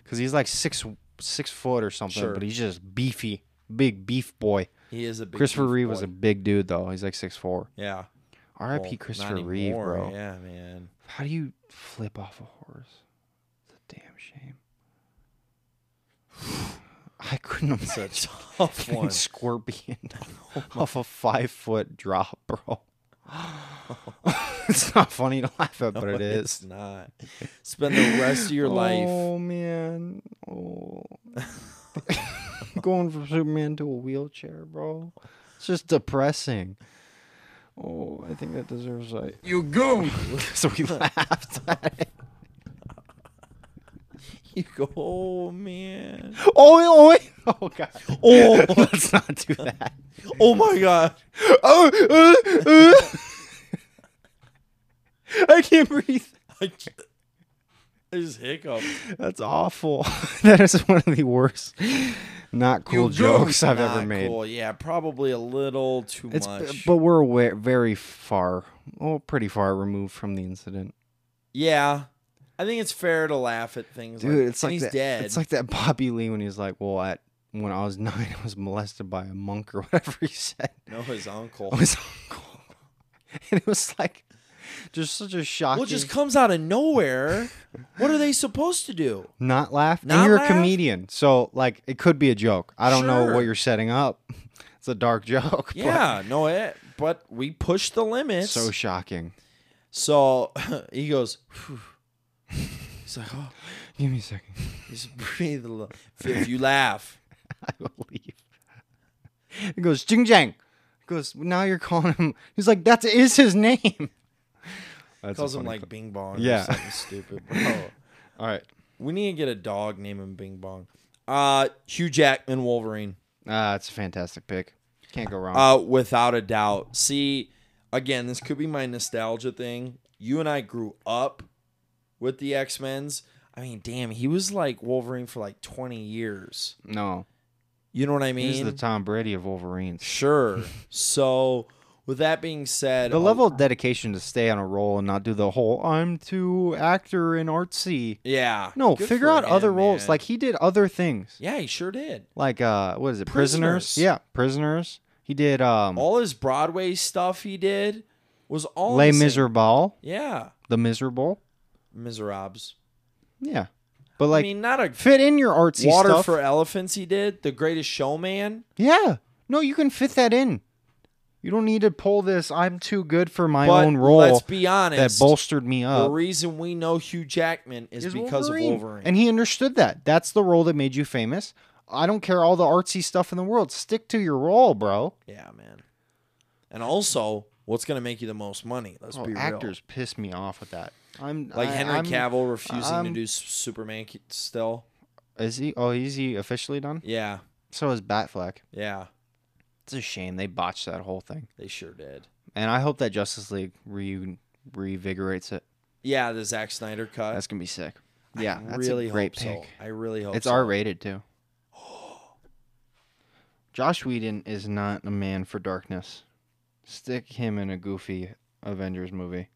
[SPEAKER 1] Because he's like six six foot or something,
[SPEAKER 2] Sure.
[SPEAKER 1] but he's just beefy. Big beef boy.
[SPEAKER 2] he is a big
[SPEAKER 1] Christopher
[SPEAKER 2] beef
[SPEAKER 1] Reeve
[SPEAKER 2] boy.
[SPEAKER 1] was a big dude though. He's like six four.
[SPEAKER 2] yeah.
[SPEAKER 1] R.I.P.
[SPEAKER 2] Well, not
[SPEAKER 1] Christopher Reeve,
[SPEAKER 2] anymore.
[SPEAKER 1] bro.
[SPEAKER 2] Yeah, man.
[SPEAKER 1] How do you flip off a horse? It's a damn shame. I couldn't
[SPEAKER 2] It's a
[SPEAKER 1] imagine
[SPEAKER 2] tough
[SPEAKER 1] getting
[SPEAKER 2] one.
[SPEAKER 1] scorpioned off a five foot drop, bro. it's not funny to laugh at, but it
[SPEAKER 2] It's
[SPEAKER 1] is.
[SPEAKER 2] not. Spend the rest of your life.
[SPEAKER 1] Oh man. Oh. Going from Superman to a wheelchair, bro. It's just depressing. Oh, I think that deserves a
[SPEAKER 2] You go.
[SPEAKER 1] so we laughed.
[SPEAKER 2] You go, oh man.
[SPEAKER 1] Oh, oh, oh god.
[SPEAKER 2] Oh,
[SPEAKER 1] Let's not do that.
[SPEAKER 2] oh my god.
[SPEAKER 1] Oh, uh, uh. I can't breathe.
[SPEAKER 2] I, c- I just hiccup.
[SPEAKER 1] That's awful. that is one of the worst, not cool jokes I've ever
[SPEAKER 2] Not
[SPEAKER 1] made.
[SPEAKER 2] Cool. Yeah, probably a little too
[SPEAKER 1] It's
[SPEAKER 2] much.
[SPEAKER 1] but we're aware, very far, well, pretty far removed from the incident,
[SPEAKER 2] yeah, I think it's fair to laugh at things.
[SPEAKER 1] dude.
[SPEAKER 2] like,
[SPEAKER 1] it's
[SPEAKER 2] and
[SPEAKER 1] like
[SPEAKER 2] he's
[SPEAKER 1] that,
[SPEAKER 2] dead.
[SPEAKER 1] It's like that Bobby Lee when he's like, "Well, at when I was nine, I was molested by a monk or whatever he said."
[SPEAKER 2] no, his uncle.
[SPEAKER 1] Oh, his uncle, and it was like just such a shocking.
[SPEAKER 2] Well, it just comes out of nowhere. What are they supposed to do?
[SPEAKER 1] Not laugh.
[SPEAKER 2] Not
[SPEAKER 1] and you're
[SPEAKER 2] laugh?
[SPEAKER 1] a comedian, so like it could be a joke. I don't know
[SPEAKER 2] Sure.
[SPEAKER 1] what you're setting up. It's a dark joke. but
[SPEAKER 2] Yeah, no, it. But we push the limits.
[SPEAKER 1] so shocking.
[SPEAKER 2] So he goes. "Phew." He's like, oh,
[SPEAKER 1] Give me a second.
[SPEAKER 2] just breathe a little. If you laugh,
[SPEAKER 1] I will leave. It goes Jing Jang. It goes now you're calling him. He's like that is his name. That's a
[SPEAKER 2] calls him
[SPEAKER 1] funny
[SPEAKER 2] like
[SPEAKER 1] clip.
[SPEAKER 2] Bing Bong. Yeah,
[SPEAKER 1] Yeah.
[SPEAKER 2] or something stupid. Bro.
[SPEAKER 1] All right.
[SPEAKER 2] We need to get a dog named him Bing Bong. Uh, Hugh Jackman Wolverine.
[SPEAKER 1] Ah, it's a fantastic pick. Can't go wrong.
[SPEAKER 2] Uh, without a doubt. See, again, this could be my nostalgia thing. You and I grew up with the X Men's. I mean, damn, he was like Wolverine for like 20 years.
[SPEAKER 1] no,
[SPEAKER 2] You know what I
[SPEAKER 1] he's
[SPEAKER 2] mean?
[SPEAKER 1] the Tom Brady of Wolverines.
[SPEAKER 2] sure. so, with that being said,
[SPEAKER 1] The
[SPEAKER 2] a-
[SPEAKER 1] level of dedication to stay on a role and not do the whole "I'm too actor and artsy."
[SPEAKER 2] yeah.
[SPEAKER 1] No,
[SPEAKER 2] Good
[SPEAKER 1] figure
[SPEAKER 2] for
[SPEAKER 1] out other
[SPEAKER 2] him,
[SPEAKER 1] roles.
[SPEAKER 2] man.
[SPEAKER 1] Like he did other things.
[SPEAKER 2] yeah, he sure did.
[SPEAKER 1] Like uh what is it? Prisoners.
[SPEAKER 2] Prisoners.
[SPEAKER 1] Yeah, prisoners. He did um
[SPEAKER 2] All his Broadway stuff he did was all
[SPEAKER 1] Les
[SPEAKER 2] the same-
[SPEAKER 1] Miserables,
[SPEAKER 2] Yeah,
[SPEAKER 1] The Miserable.
[SPEAKER 2] Miserables.
[SPEAKER 1] Yeah. But like
[SPEAKER 2] I mean, not a
[SPEAKER 1] fit in your artsy
[SPEAKER 2] Water
[SPEAKER 1] stuff.
[SPEAKER 2] for Elephants he did, The Greatest Showman.
[SPEAKER 1] yeah. No, you can fit that in. You don't need to pull this I'm too good for my
[SPEAKER 2] but
[SPEAKER 1] own role
[SPEAKER 2] let's be honest.
[SPEAKER 1] that bolstered me
[SPEAKER 2] the
[SPEAKER 1] up.
[SPEAKER 2] reason we know Hugh Jackman is,
[SPEAKER 1] is
[SPEAKER 2] because of Wolverine.
[SPEAKER 1] And he understood that. That's the role that made you famous. I don't care all the artsy stuff in the world. Stick to your role, bro.
[SPEAKER 2] yeah, man. And also, what's going to make you the most money? Let's
[SPEAKER 1] Oh,
[SPEAKER 2] be real.
[SPEAKER 1] actors piss me off with that. I'm
[SPEAKER 2] Like
[SPEAKER 1] I-
[SPEAKER 2] Henry
[SPEAKER 1] I'm-
[SPEAKER 2] Cavill refusing to
[SPEAKER 1] I'm-
[SPEAKER 2] do S- Superman c- still.
[SPEAKER 1] Is he? Oh, is he officially done?
[SPEAKER 2] Yeah,
[SPEAKER 1] So is Batfleck.
[SPEAKER 2] yeah,
[SPEAKER 1] It's a shame they botched that whole thing.
[SPEAKER 2] they sure did.
[SPEAKER 1] And I hope that Justice League re- reinvigorates it.
[SPEAKER 2] Yeah, the Zack Snyder cut.
[SPEAKER 1] That's gonna be sick.
[SPEAKER 2] I
[SPEAKER 1] Yeah, that's
[SPEAKER 2] really
[SPEAKER 1] a great
[SPEAKER 2] hope
[SPEAKER 1] pick.
[SPEAKER 2] so. I really hope
[SPEAKER 1] It's
[SPEAKER 2] so.
[SPEAKER 1] R rated too. Josh Whedon is not a man for darkness. Stick him in a goofy Avengers movie.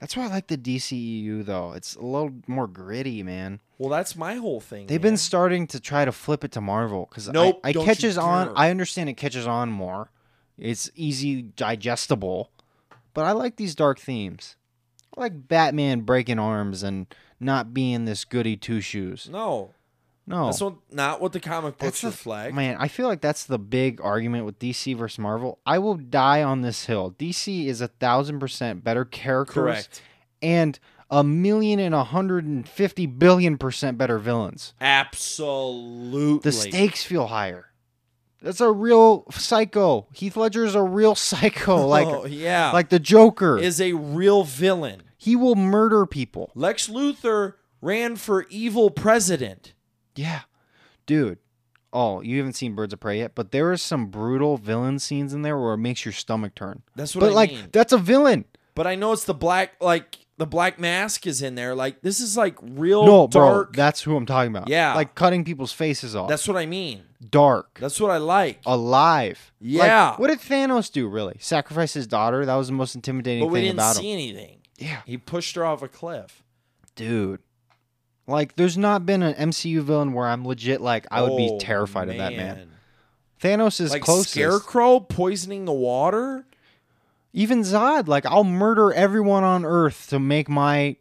[SPEAKER 1] That's why I like the DCEU though. It's a little more gritty, man.
[SPEAKER 2] Well, that's my whole thing.
[SPEAKER 1] They've
[SPEAKER 2] man.
[SPEAKER 1] been starting to try to flip it to Marvel because
[SPEAKER 2] Nope,
[SPEAKER 1] I, I
[SPEAKER 2] don't you
[SPEAKER 1] catches on.
[SPEAKER 2] dare.
[SPEAKER 1] I understand it catches on more. It's easy digestible, but I like these dark themes. I like Batman breaking arms and not being this goody two shoes.
[SPEAKER 2] No,
[SPEAKER 1] No,
[SPEAKER 2] that's what, not what the comic books
[SPEAKER 1] Oh. That's the-
[SPEAKER 2] reflect.
[SPEAKER 1] man, I feel like that's the big argument with DC versus Marvel. I will die on this hill. DC is a thousand percent better characters
[SPEAKER 2] Correct.
[SPEAKER 1] and a million and a hundred and fifty billion percent better villains.
[SPEAKER 2] Absolutely.
[SPEAKER 1] The stakes feel higher. That's a real psycho. Heath Ledger is a real psycho, like
[SPEAKER 2] Oh, yeah.
[SPEAKER 1] like the Joker.
[SPEAKER 2] is a real villain.
[SPEAKER 1] he will murder people.
[SPEAKER 2] Lex Luthor ran for evil president.
[SPEAKER 1] Yeah. Dude. Oh, you haven't seen Birds of Prey yet, but there is some brutal villain scenes in there where it makes your stomach turn.
[SPEAKER 2] That's what
[SPEAKER 1] But
[SPEAKER 2] I
[SPEAKER 1] like
[SPEAKER 2] mean.
[SPEAKER 1] that's a villain.
[SPEAKER 2] But I know it's the black like the black mask is in there. Like this is like real
[SPEAKER 1] no,
[SPEAKER 2] dark.
[SPEAKER 1] bro, that's who I'm talking about.
[SPEAKER 2] Yeah.
[SPEAKER 1] Like cutting people's faces off.
[SPEAKER 2] That's what I mean.
[SPEAKER 1] dark.
[SPEAKER 2] That's what I like.
[SPEAKER 1] alive. Like,
[SPEAKER 2] Yeah.
[SPEAKER 1] what did Thanos do really? Sacrifice his daughter? That was the most intimidating
[SPEAKER 2] but we
[SPEAKER 1] thing
[SPEAKER 2] didn't
[SPEAKER 1] about
[SPEAKER 2] see
[SPEAKER 1] him.
[SPEAKER 2] anything.
[SPEAKER 1] Yeah.
[SPEAKER 2] He pushed her off a cliff.
[SPEAKER 1] Dude. Like there's not been an MCU villain where I'm legit like I would be
[SPEAKER 2] Oh,
[SPEAKER 1] terrified of that man. Thanos is
[SPEAKER 2] Like
[SPEAKER 1] closest.
[SPEAKER 2] Scarecrow poisoning the water.
[SPEAKER 1] Even Zod, like I'll murder everyone on Earth to make my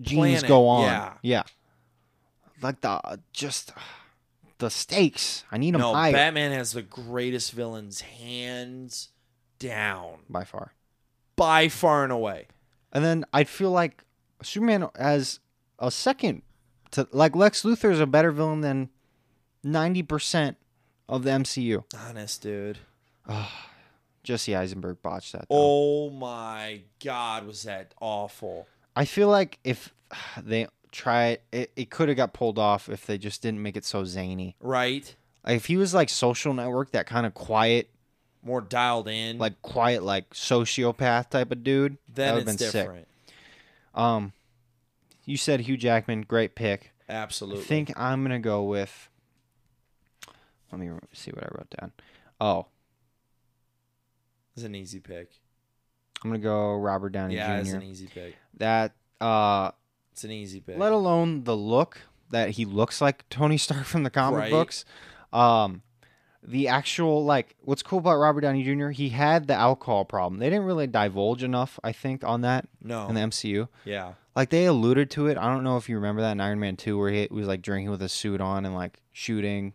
[SPEAKER 1] genes
[SPEAKER 2] Planet,
[SPEAKER 1] go on.
[SPEAKER 2] yeah.
[SPEAKER 1] Like the just the stakes. I need them
[SPEAKER 2] No,
[SPEAKER 1] higher
[SPEAKER 2] Batman has the greatest villains hands down.
[SPEAKER 1] by far.
[SPEAKER 2] By far and away.
[SPEAKER 1] And then I'd feel like Superman as a second to like Lex Luthor is a better villain than ninety percent of the MCU.
[SPEAKER 2] Honest, dude.
[SPEAKER 1] Jesse Eisenberg botched that. Though.
[SPEAKER 2] Oh my god, was that awful.
[SPEAKER 1] I feel like if they try it, it could have got pulled off if they just didn't make it so zany.
[SPEAKER 2] Right?
[SPEAKER 1] Like if he was like social network, that kind of quiet,
[SPEAKER 2] More dialed in.
[SPEAKER 1] like quiet, like sociopath type of dude, that
[SPEAKER 2] Mm. then
[SPEAKER 1] would have
[SPEAKER 2] it's
[SPEAKER 1] been
[SPEAKER 2] different.
[SPEAKER 1] sick. Um, you said Hugh Jackman, great pick.
[SPEAKER 2] Absolutely.
[SPEAKER 1] I think I'm gonna go with. Let me see what I wrote down. Oh,
[SPEAKER 2] it's an easy pick.
[SPEAKER 1] I'm gonna go Robert Downey
[SPEAKER 2] Yeah, it's
[SPEAKER 1] Jr.
[SPEAKER 2] an easy pick.
[SPEAKER 1] That uh,
[SPEAKER 2] It's an easy pick.
[SPEAKER 1] let alone the look that he looks like Tony Stark from the comic
[SPEAKER 2] Right.
[SPEAKER 1] books. Um, the actual like, what's cool about Robert Downey Jr. He had the alcohol problem. They didn't really divulge enough, I think, on that
[SPEAKER 2] no.
[SPEAKER 1] in the MCU.
[SPEAKER 2] yeah.
[SPEAKER 1] Like they alluded to it. I don't know if you remember that in Iron Man Two, where he was like drinking with a suit on and like shooting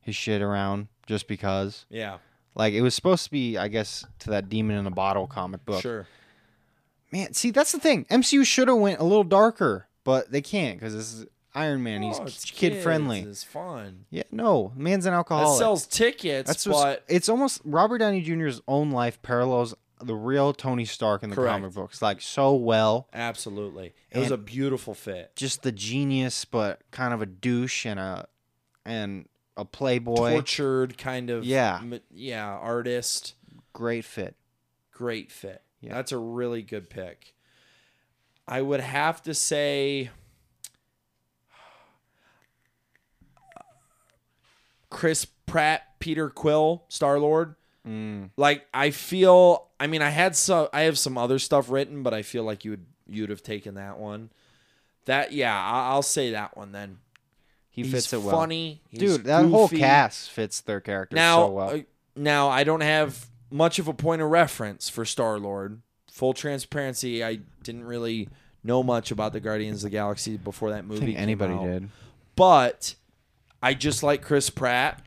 [SPEAKER 1] his shit around just because.
[SPEAKER 2] Yeah.
[SPEAKER 1] Like it was supposed to be, I guess, to that demon in a bottle comic book.
[SPEAKER 2] Sure.
[SPEAKER 1] Man, see that's the thing. MCU should have went a little darker, but they can't because this is Iron Man. He's
[SPEAKER 2] Oh, it's
[SPEAKER 1] kid
[SPEAKER 2] kids,
[SPEAKER 1] friendly.
[SPEAKER 2] It's fun.
[SPEAKER 1] Yeah, no, man's an
[SPEAKER 2] That
[SPEAKER 1] alcoholic.
[SPEAKER 2] sells tickets,
[SPEAKER 1] that's what's-
[SPEAKER 2] but
[SPEAKER 1] it's almost Robert Downey Jr.'s own life parallels the real Tony Stark in the
[SPEAKER 2] Correct.
[SPEAKER 1] comic books, like so well.
[SPEAKER 2] absolutely. It was
[SPEAKER 1] And-
[SPEAKER 2] a beautiful fit.
[SPEAKER 1] Just the genius, but kind of a douche and a and a playboy.
[SPEAKER 2] Tortured kind of
[SPEAKER 1] Yeah.
[SPEAKER 2] m- yeah, artist.
[SPEAKER 1] Great fit.
[SPEAKER 2] Great fit.
[SPEAKER 1] Yeah.
[SPEAKER 2] That's a really good pick. I would have to say Chris Pratt, Peter Quill, Star Lord.
[SPEAKER 1] Mm.
[SPEAKER 2] Like I feel I mean I had some I have some other stuff written, but I feel like you would you'd have taken that one. That yeah, I- I'll say that one then.
[SPEAKER 1] He
[SPEAKER 2] He's
[SPEAKER 1] fits it well.
[SPEAKER 2] Funny, he's
[SPEAKER 1] Dude, that whole
[SPEAKER 2] goofy.
[SPEAKER 1] cast fits their characters
[SPEAKER 2] Now,
[SPEAKER 1] so well.
[SPEAKER 2] uh, now I don't have much of a point of reference for Star Lord. Full transparency, I didn't really know much about the Guardians of the Galaxy before that
[SPEAKER 1] I
[SPEAKER 2] movie.
[SPEAKER 1] think
[SPEAKER 2] came
[SPEAKER 1] anybody
[SPEAKER 2] out.
[SPEAKER 1] did.
[SPEAKER 2] but I just like Chris Pratt.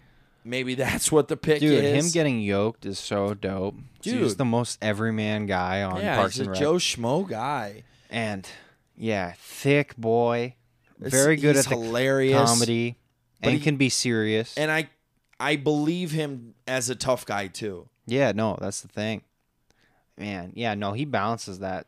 [SPEAKER 2] Maybe that's what the pick
[SPEAKER 1] Dude,
[SPEAKER 2] is.
[SPEAKER 1] him getting yoked is so dope. Dude. He's
[SPEAKER 2] Dude.
[SPEAKER 1] the most everyman guy on
[SPEAKER 2] yeah,
[SPEAKER 1] Parks
[SPEAKER 2] he's a
[SPEAKER 1] and Rec.
[SPEAKER 2] Joe Schmo guy.
[SPEAKER 1] And yeah, thick boy,
[SPEAKER 2] It's-
[SPEAKER 1] very good
[SPEAKER 2] he's
[SPEAKER 1] at the
[SPEAKER 2] hilarious
[SPEAKER 1] comedy,
[SPEAKER 2] but
[SPEAKER 1] and
[SPEAKER 2] he-
[SPEAKER 1] can be serious.
[SPEAKER 2] and I, I believe him as a tough guy too.
[SPEAKER 1] yeah, no, that's the thing, man. Yeah, no, he balances that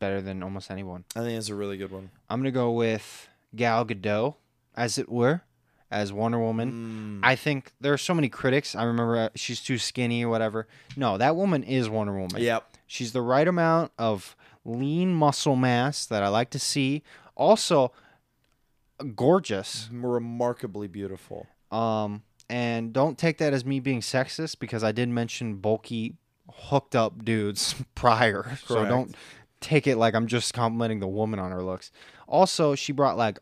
[SPEAKER 1] better than almost anyone.
[SPEAKER 2] I think it's a really good one.
[SPEAKER 1] I'm gonna go with Gal Gadot, as it were, as Wonder
[SPEAKER 2] Mm.
[SPEAKER 1] Woman. I think there are so many critics. I remember uh, she's too skinny or whatever. No, that woman is Wonder Woman.
[SPEAKER 2] Yep.
[SPEAKER 1] She's the right amount of lean muscle mass that I like to see. Also, gorgeous.
[SPEAKER 2] Remarkably beautiful.
[SPEAKER 1] Um, and don't take that as me being sexist because I did mention bulky, hooked up dudes prior. So
[SPEAKER 2] Correct.
[SPEAKER 1] don't take it like I'm just complimenting the woman on her looks. Also, she brought like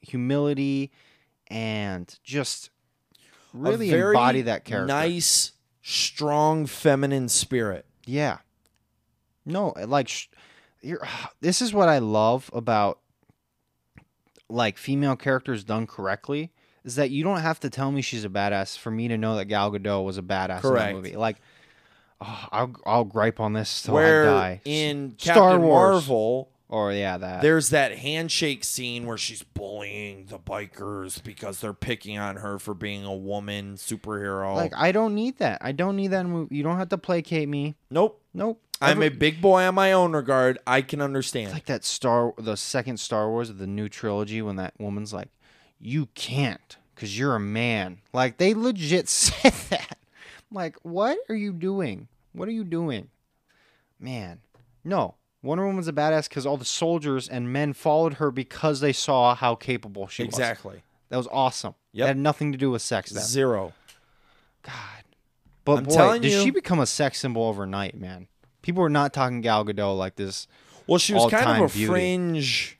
[SPEAKER 1] humility and just
[SPEAKER 2] a
[SPEAKER 1] really
[SPEAKER 2] very
[SPEAKER 1] embody that character.
[SPEAKER 2] Nice, strong, feminine spirit.
[SPEAKER 1] Yeah. No, eh, like sh- you're, this is what I love about like female characters done correctly is that you don't have to tell me she's a badass for me to know that Gal Gadot was a badass in that
[SPEAKER 2] Correct.
[SPEAKER 1] movie. Like oh, I'll I'll gripe on this till I
[SPEAKER 2] where
[SPEAKER 1] die.
[SPEAKER 2] in
[SPEAKER 1] Star
[SPEAKER 2] Captain
[SPEAKER 1] Wars.
[SPEAKER 2] Marvel,
[SPEAKER 1] Or yeah, that.
[SPEAKER 2] There's that handshake scene where she's bullying the bikers because they're picking on her for being a woman superhero.
[SPEAKER 1] like I don't need that. I don't need that movie. You don't have to placate me.
[SPEAKER 2] nope.
[SPEAKER 1] Nope.
[SPEAKER 2] I'm
[SPEAKER 1] Every-
[SPEAKER 2] a big boy on my own regard. I can understand.
[SPEAKER 1] It's like that Star, the second Star Wars of the new trilogy, when that woman's like, "You can't, cause you're a man." Like they legit said that. I'm like, what are you doing? What are you doing, man? No, Wonder Woman's a badass because all the soldiers and men followed her because they saw how capable she was.
[SPEAKER 2] exactly.
[SPEAKER 1] That was awesome. Yeah,
[SPEAKER 2] Yep.
[SPEAKER 1] That had nothing to do with sex. Then.
[SPEAKER 2] Zero.
[SPEAKER 1] God. But
[SPEAKER 2] I'm
[SPEAKER 1] boy,
[SPEAKER 2] telling
[SPEAKER 1] did
[SPEAKER 2] you-
[SPEAKER 1] she become a sex symbol overnight, man? People were not talking Gal Gadot like this
[SPEAKER 2] Well, she was kind
[SPEAKER 1] All-time
[SPEAKER 2] of a
[SPEAKER 1] beauty.
[SPEAKER 2] fringe.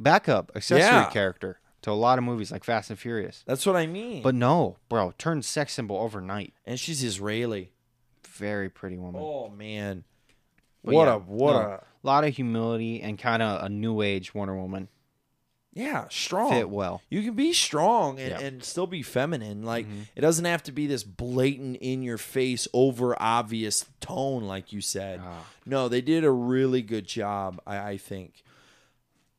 [SPEAKER 1] backup accessory
[SPEAKER 2] Yeah.
[SPEAKER 1] character to a lot of movies like Fast and Furious.
[SPEAKER 2] That's what I mean.
[SPEAKER 1] But no, bro, turned sex symbol overnight.
[SPEAKER 2] and she's Israeli.
[SPEAKER 1] Very pretty woman.
[SPEAKER 2] Oh man.
[SPEAKER 1] But
[SPEAKER 2] what
[SPEAKER 1] yeah,
[SPEAKER 2] a what
[SPEAKER 1] no.
[SPEAKER 2] a
[SPEAKER 1] A lot of humility and kind of a new age Wonder Woman.
[SPEAKER 2] yeah, strong.
[SPEAKER 1] Fit well.
[SPEAKER 2] You can be strong and,
[SPEAKER 1] Yeah.
[SPEAKER 2] and still be feminine. Like
[SPEAKER 1] Mhm.
[SPEAKER 2] it doesn't have to be this blatant in your face, over obvious tone, like you said.
[SPEAKER 1] Ah,
[SPEAKER 2] No, they did a really good job, I, I think.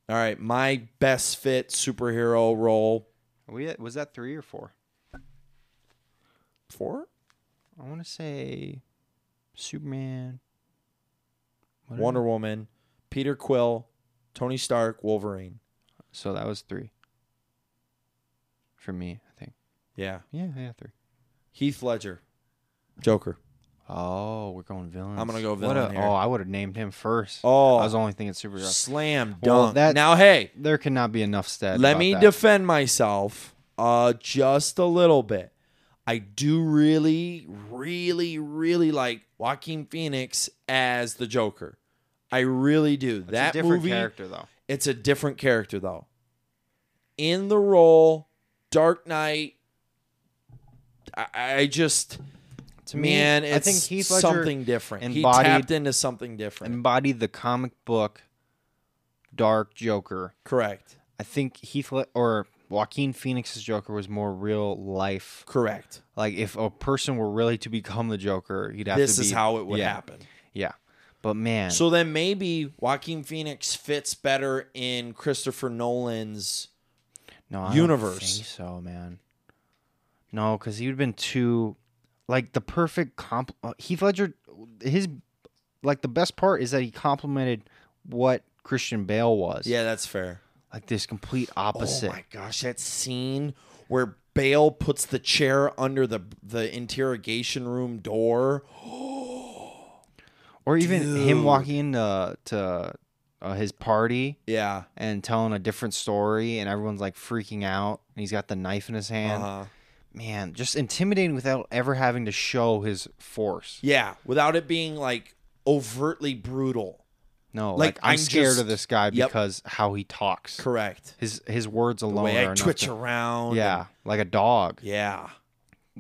[SPEAKER 2] All right, my best fit superhero role.
[SPEAKER 1] are we at, was that three or four?
[SPEAKER 2] Four?
[SPEAKER 1] I want to say Superman. What did
[SPEAKER 2] Wonder
[SPEAKER 1] I-
[SPEAKER 2] Woman, Peter Quill, Tony Stark, Wolverine.
[SPEAKER 1] So that was three. For me, I think.
[SPEAKER 2] Yeah.
[SPEAKER 1] Yeah, yeah, three.
[SPEAKER 2] Heath Ledger. Joker.
[SPEAKER 1] Oh, we're going villains.
[SPEAKER 2] gonna go
[SPEAKER 1] What
[SPEAKER 2] villain
[SPEAKER 1] a-
[SPEAKER 2] here.
[SPEAKER 1] Oh, I would have named him first.
[SPEAKER 2] Oh,
[SPEAKER 1] I was only thinking superhero.
[SPEAKER 2] slam dunk.
[SPEAKER 1] Well, that-
[SPEAKER 2] now, hey,
[SPEAKER 1] There cannot be enough said.
[SPEAKER 2] let
[SPEAKER 1] about
[SPEAKER 2] me
[SPEAKER 1] that.
[SPEAKER 2] defend myself uh, just a little bit. I do really, really, really like Joaquin Phoenix as the Joker. I really do.
[SPEAKER 1] That's
[SPEAKER 2] that
[SPEAKER 1] a different
[SPEAKER 2] movie,
[SPEAKER 1] character though.
[SPEAKER 2] it's a different character though. In the role, Dark Knight. I, I just
[SPEAKER 1] To
[SPEAKER 2] man,
[SPEAKER 1] me,
[SPEAKER 2] it's
[SPEAKER 1] I think Heath Ledger
[SPEAKER 2] something different. He
[SPEAKER 1] embodied-
[SPEAKER 2] tapped into something different.
[SPEAKER 1] embodied the comic book dark Joker.
[SPEAKER 2] correct.
[SPEAKER 1] I think Heath Le- or Joaquin Phoenix's Joker was more real life.
[SPEAKER 2] Correct.
[SPEAKER 1] Like if a person were really to become the Joker, he'd have
[SPEAKER 2] This
[SPEAKER 1] to be
[SPEAKER 2] is how it would
[SPEAKER 1] yeah.
[SPEAKER 2] happen.
[SPEAKER 1] Yeah. But man,
[SPEAKER 2] So then maybe Joaquin Phoenix fits better in Christopher Nolan's.
[SPEAKER 1] No, I don't
[SPEAKER 2] universe.
[SPEAKER 1] think so, man. No, because he would have been too, like the perfect comp. uh, Heath Ledger, his like the best part is that he complimented what Christian Bale was.
[SPEAKER 2] Yeah, that's fair.
[SPEAKER 1] like this complete opposite.
[SPEAKER 2] Oh my gosh, that scene where Bale puts the chair under the the interrogation room door.
[SPEAKER 1] or even him
[SPEAKER 2] Dude.
[SPEAKER 1] walking into to uh, his party
[SPEAKER 2] Yeah.
[SPEAKER 1] and telling a different story, and everyone's like freaking out, and he's got the knife in his hand.
[SPEAKER 2] Uh-huh.
[SPEAKER 1] Man, just intimidating without ever having to show his force.
[SPEAKER 2] Yeah, without it being like overtly brutal.
[SPEAKER 1] No,
[SPEAKER 2] Like,
[SPEAKER 1] like, I'm,
[SPEAKER 2] I'm
[SPEAKER 1] scared
[SPEAKER 2] just-
[SPEAKER 1] of this guy
[SPEAKER 2] Yep.
[SPEAKER 1] because how he talks.
[SPEAKER 2] Correct.
[SPEAKER 1] His his words alone
[SPEAKER 2] Way
[SPEAKER 1] are
[SPEAKER 2] I
[SPEAKER 1] enough
[SPEAKER 2] twitch
[SPEAKER 1] to-
[SPEAKER 2] around.
[SPEAKER 1] Yeah, like a dog.
[SPEAKER 2] Yeah.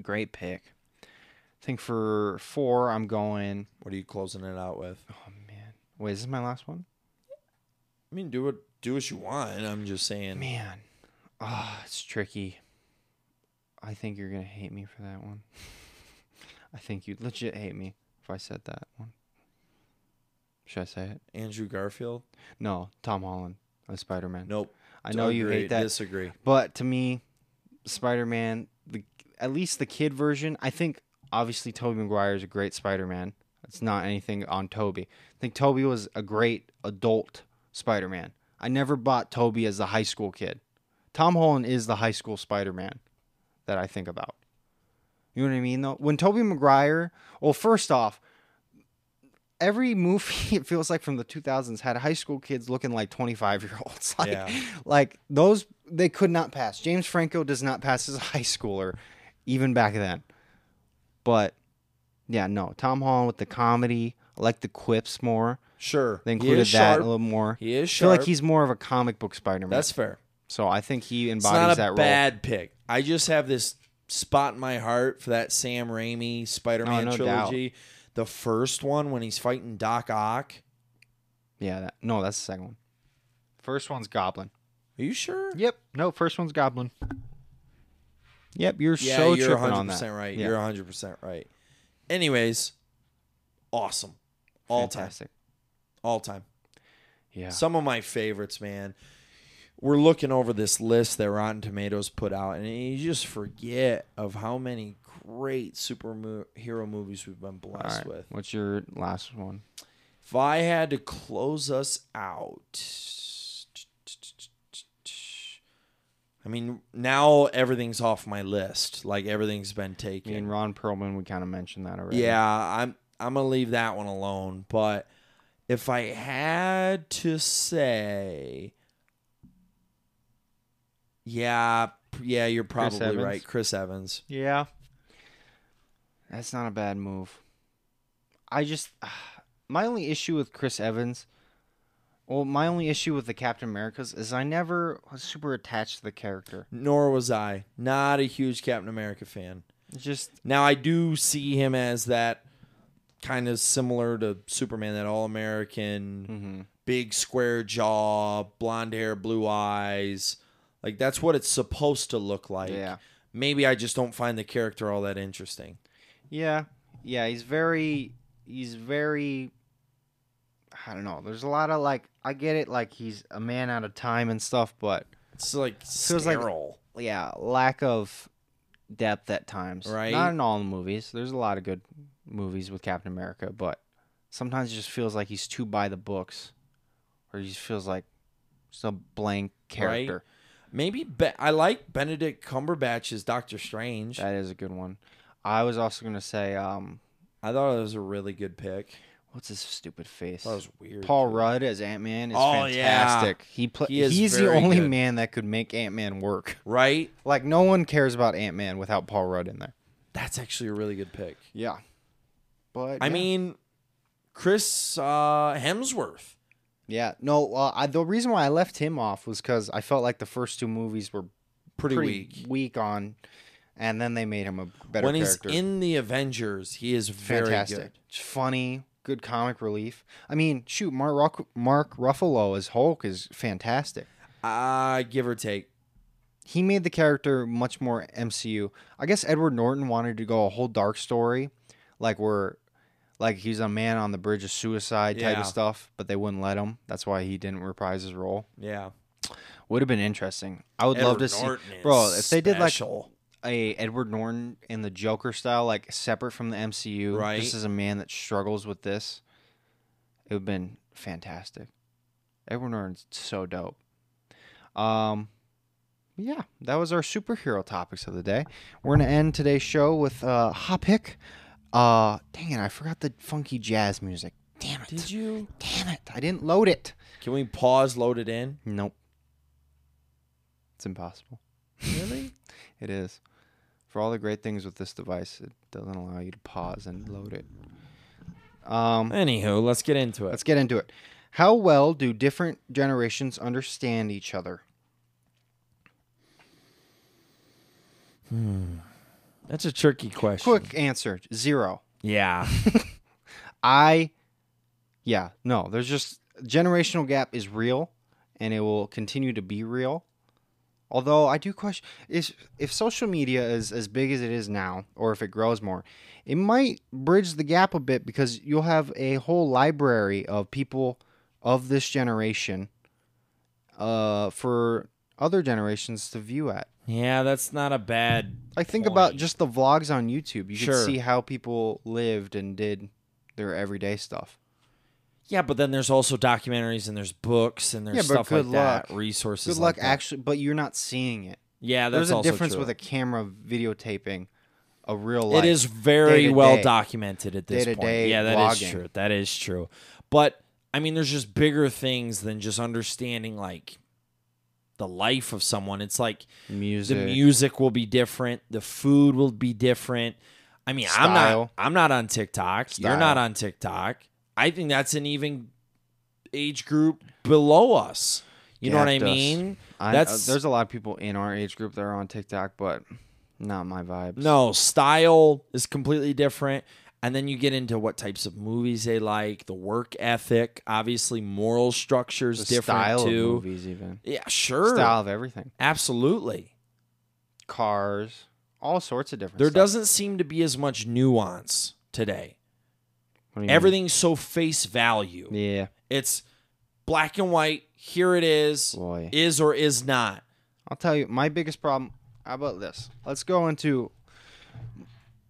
[SPEAKER 1] Great pick. I think for four, I'm going.
[SPEAKER 2] What are you closing it out with?
[SPEAKER 1] Oh man, wait, is this my last one?
[SPEAKER 2] I mean, do what do what you want. I'm just saying.
[SPEAKER 1] Man, ah, it's tricky. I think you're gonna hate me for that one. I think you'd legit hate me if I said that one. Should I say it?
[SPEAKER 2] Andrew Garfield?
[SPEAKER 1] No, Tom Holland as Spider Man.
[SPEAKER 2] Nope.
[SPEAKER 1] I know you
[SPEAKER 2] Agree.
[SPEAKER 1] hate that.
[SPEAKER 2] Disagree.
[SPEAKER 1] But to me, Spider Man, the at least the kid version, I think obviously Toby Maguire is a great Spider Man. It's not anything on Toby. I think Toby was a great adult Spider Man. I never bought Toby as the high school kid. Tom Holland is the high school Spider Man that I think about. You know what I mean though? When Toby Maguire well, first off, every movie it feels like from the two thousands had high school kids looking like twenty five year olds. Like
[SPEAKER 2] Yeah.
[SPEAKER 1] like those they could not pass. James Franco does not pass as a high schooler, even back then. But yeah, no. Tom Holland with the comedy. I like the quips more.
[SPEAKER 2] Sure.
[SPEAKER 1] They
[SPEAKER 2] He
[SPEAKER 1] included that
[SPEAKER 2] is
[SPEAKER 1] a
[SPEAKER 2] sharp.
[SPEAKER 1] little more.
[SPEAKER 2] He is
[SPEAKER 1] I
[SPEAKER 2] sharp.
[SPEAKER 1] feel like he's more of a comic book Spider Man.
[SPEAKER 2] That's fair.
[SPEAKER 1] So I think he
[SPEAKER 2] It's not
[SPEAKER 1] embodies
[SPEAKER 2] a
[SPEAKER 1] that role.
[SPEAKER 2] bad pick. I just have this spot in my heart for that Sam Raimi Spider-Man
[SPEAKER 1] Oh, no doubt.
[SPEAKER 2] trilogy. The first one when he's fighting Doc Ock.
[SPEAKER 1] Yeah, that, no, that's the second one. First one's Goblin.
[SPEAKER 2] Are you sure?
[SPEAKER 1] Yep. No, first one's Goblin. Yep, you're
[SPEAKER 2] Yeah,
[SPEAKER 1] so
[SPEAKER 2] you're
[SPEAKER 1] tripping on that.
[SPEAKER 2] 100% right.
[SPEAKER 1] Yeah.
[SPEAKER 2] You're 100% right. Anyways, awesome. All
[SPEAKER 1] Fantastic.
[SPEAKER 2] time. All time.
[SPEAKER 1] Yeah.
[SPEAKER 2] Some of my favorites, man. We're looking over this list that Rotten Tomatoes put out, and you just forget of how many great superhero movies we've been
[SPEAKER 1] All
[SPEAKER 2] blessed
[SPEAKER 1] right.
[SPEAKER 2] with.
[SPEAKER 1] What's your last one?
[SPEAKER 2] If I had to close us out, I mean, now everything's off my list. Like everything's been
[SPEAKER 1] Me and
[SPEAKER 2] taken.
[SPEAKER 1] Ron Perlman, we kind of mentioned that already.
[SPEAKER 2] Yeah, I'm I'm gonna leave that one alone. But if I had to say, yeah, yeah, you're probably
[SPEAKER 1] Evans.
[SPEAKER 2] right, Chris Evans.
[SPEAKER 1] Yeah. That's not a bad move. I just my only issue with Chris Evans well, my only issue with the Captain Americas is I never was super attached to the character.
[SPEAKER 2] Nor was I. Not a huge Captain America fan.
[SPEAKER 1] It's Just
[SPEAKER 2] Now I do see him as that kind of similar to Superman, that all American,
[SPEAKER 1] mhm.
[SPEAKER 2] big square jaw, blonde hair, blue eyes. Like that's what it's supposed to look like.
[SPEAKER 1] yeah.
[SPEAKER 2] Maybe I just don't find the character all that interesting.
[SPEAKER 1] Yeah. Yeah, he's very he's very I don't know. There's a lot of like I get it like he's a man out of time and stuff, but
[SPEAKER 2] It's like
[SPEAKER 1] Feels like-
[SPEAKER 2] sterile.
[SPEAKER 1] yeah, lack of depth at times.
[SPEAKER 2] Right.
[SPEAKER 1] Not in all the movies. There's a lot of good movies with Captain America, but sometimes it just feels like he's too by the books, or he just feels like just a blank character.
[SPEAKER 2] Maybe Be- I like Benedict Cumberbatch's Doctor Strange.
[SPEAKER 1] That is a good one. I was also gonna say, um,
[SPEAKER 2] I thought it was a really good pick.
[SPEAKER 1] what's his stupid face?
[SPEAKER 2] That was weird.
[SPEAKER 1] Paul Rudd as Ant Man is
[SPEAKER 2] Oh, yeah.
[SPEAKER 1] fantastic. He, pla-
[SPEAKER 2] He is
[SPEAKER 1] he's the
[SPEAKER 2] very
[SPEAKER 1] only
[SPEAKER 2] good.
[SPEAKER 1] man that could make Ant Man work.
[SPEAKER 2] right?
[SPEAKER 1] Like no one cares about Ant Man without Paul Rudd in there.
[SPEAKER 2] That's actually a really good pick.
[SPEAKER 1] Yeah. But
[SPEAKER 2] I
[SPEAKER 1] yeah.
[SPEAKER 2] mean, Chris uh, Hemsworth.
[SPEAKER 1] Yeah, no. Uh, I, the reason why I left him off was because I felt like the first two movies were
[SPEAKER 2] Pretty,
[SPEAKER 1] pretty
[SPEAKER 2] weak.
[SPEAKER 1] weak, on, and then they made him a better
[SPEAKER 2] when he's
[SPEAKER 1] character.
[SPEAKER 2] in the Avengers, he is very
[SPEAKER 1] Fantastic,
[SPEAKER 2] good.
[SPEAKER 1] funny, good comic relief. I mean, shoot, Mark Ruck- Mark Ruffalo as Hulk is fantastic.
[SPEAKER 2] Uh, give or take.
[SPEAKER 1] He made the character much more MCU. I guess Edward Norton wanted to go a whole dark story, like where, like he's a man on the bridge of suicide type
[SPEAKER 2] Yeah.
[SPEAKER 1] of stuff, but they wouldn't let him. That's why he didn't reprise his role.
[SPEAKER 2] Yeah.
[SPEAKER 1] Would have been interesting. I would love to see.
[SPEAKER 2] see.
[SPEAKER 1] bro, if they did, like, a Edward Norton in the Joker style, like separate from the MCU.
[SPEAKER 2] Right.
[SPEAKER 1] This is a man that struggles with this. It would have been fantastic. Edward Norton's so dope. Um yeah, that was our superhero topics of the day. We're gonna end today's show with uh Hop Hick. Uh dang it, I forgot the funky jazz music. Damn it.
[SPEAKER 2] Did you?
[SPEAKER 1] Damn it. I didn't load it.
[SPEAKER 2] Can we pause, load it in?
[SPEAKER 1] Nope. It's impossible.
[SPEAKER 2] Really?
[SPEAKER 1] It is. For all the great things with this device, it doesn't allow you to pause and load it. Um,
[SPEAKER 2] Anywho, let's get into it.
[SPEAKER 1] let's get into it. How well do different generations understand each other?
[SPEAKER 2] That's a tricky question.
[SPEAKER 1] Quick answer zero.
[SPEAKER 2] Yeah.
[SPEAKER 1] I, yeah, no, there's just generational gap is real and it will continue to be real. Although I do question is if social media is as big as it is now, or if it grows more, it might bridge the gap a bit because you'll have a whole library of people of this generation uh, for other generations to view at.
[SPEAKER 2] yeah, that's not a bad.
[SPEAKER 1] Like think about
[SPEAKER 2] Point.
[SPEAKER 1] just the vlogs on YouTube. You
[SPEAKER 2] Sure.
[SPEAKER 1] can see how people lived and did their everyday stuff.
[SPEAKER 2] Yeah, but then there's also documentaries and there's books and there's
[SPEAKER 1] Yeah, but
[SPEAKER 2] stuff
[SPEAKER 1] good
[SPEAKER 2] like that,
[SPEAKER 1] luck.
[SPEAKER 2] resources.
[SPEAKER 1] good luck
[SPEAKER 2] like that.
[SPEAKER 1] actually but you're not seeing it
[SPEAKER 2] Yeah, that's
[SPEAKER 1] there's a
[SPEAKER 2] also
[SPEAKER 1] difference
[SPEAKER 2] true.
[SPEAKER 1] with a camera videotaping a real life
[SPEAKER 2] It is very
[SPEAKER 1] day to
[SPEAKER 2] well
[SPEAKER 1] day.
[SPEAKER 2] documented at this
[SPEAKER 1] Day to
[SPEAKER 2] point.
[SPEAKER 1] day
[SPEAKER 2] yeah, that is
[SPEAKER 1] blogging.
[SPEAKER 2] true. That is true. But I mean, there's just bigger things than just understanding like the life of someone. It's like
[SPEAKER 1] music
[SPEAKER 2] the music will be different, the food will be different. I mean, I'm not
[SPEAKER 1] Style.
[SPEAKER 2] I'm not on TikTok. You're
[SPEAKER 1] Style.
[SPEAKER 2] not on TikTok. I think that's an even age group below us. You know what I
[SPEAKER 1] Gapped us.
[SPEAKER 2] mean?
[SPEAKER 1] I-
[SPEAKER 2] that's-
[SPEAKER 1] uh, there's a lot of people in our age group that are on tiktok but not my vibes
[SPEAKER 2] No, style is completely different. And then you get into what types of movies they like, the work ethic, obviously moral structures
[SPEAKER 1] the
[SPEAKER 2] different
[SPEAKER 1] style
[SPEAKER 2] too.
[SPEAKER 1] of movies even
[SPEAKER 2] Yeah, sure.
[SPEAKER 1] style of everything
[SPEAKER 2] Absolutely.
[SPEAKER 1] cars all sorts of different
[SPEAKER 2] There
[SPEAKER 1] stuff.
[SPEAKER 2] doesn't seem to be as much nuance today.
[SPEAKER 1] What do you mean?
[SPEAKER 2] Everything's so face value.
[SPEAKER 1] yeah
[SPEAKER 2] It's black and white. Here it is.
[SPEAKER 1] Boy.
[SPEAKER 2] Is or is not.
[SPEAKER 1] I'll tell you my biggest problem. How about this? Let's go into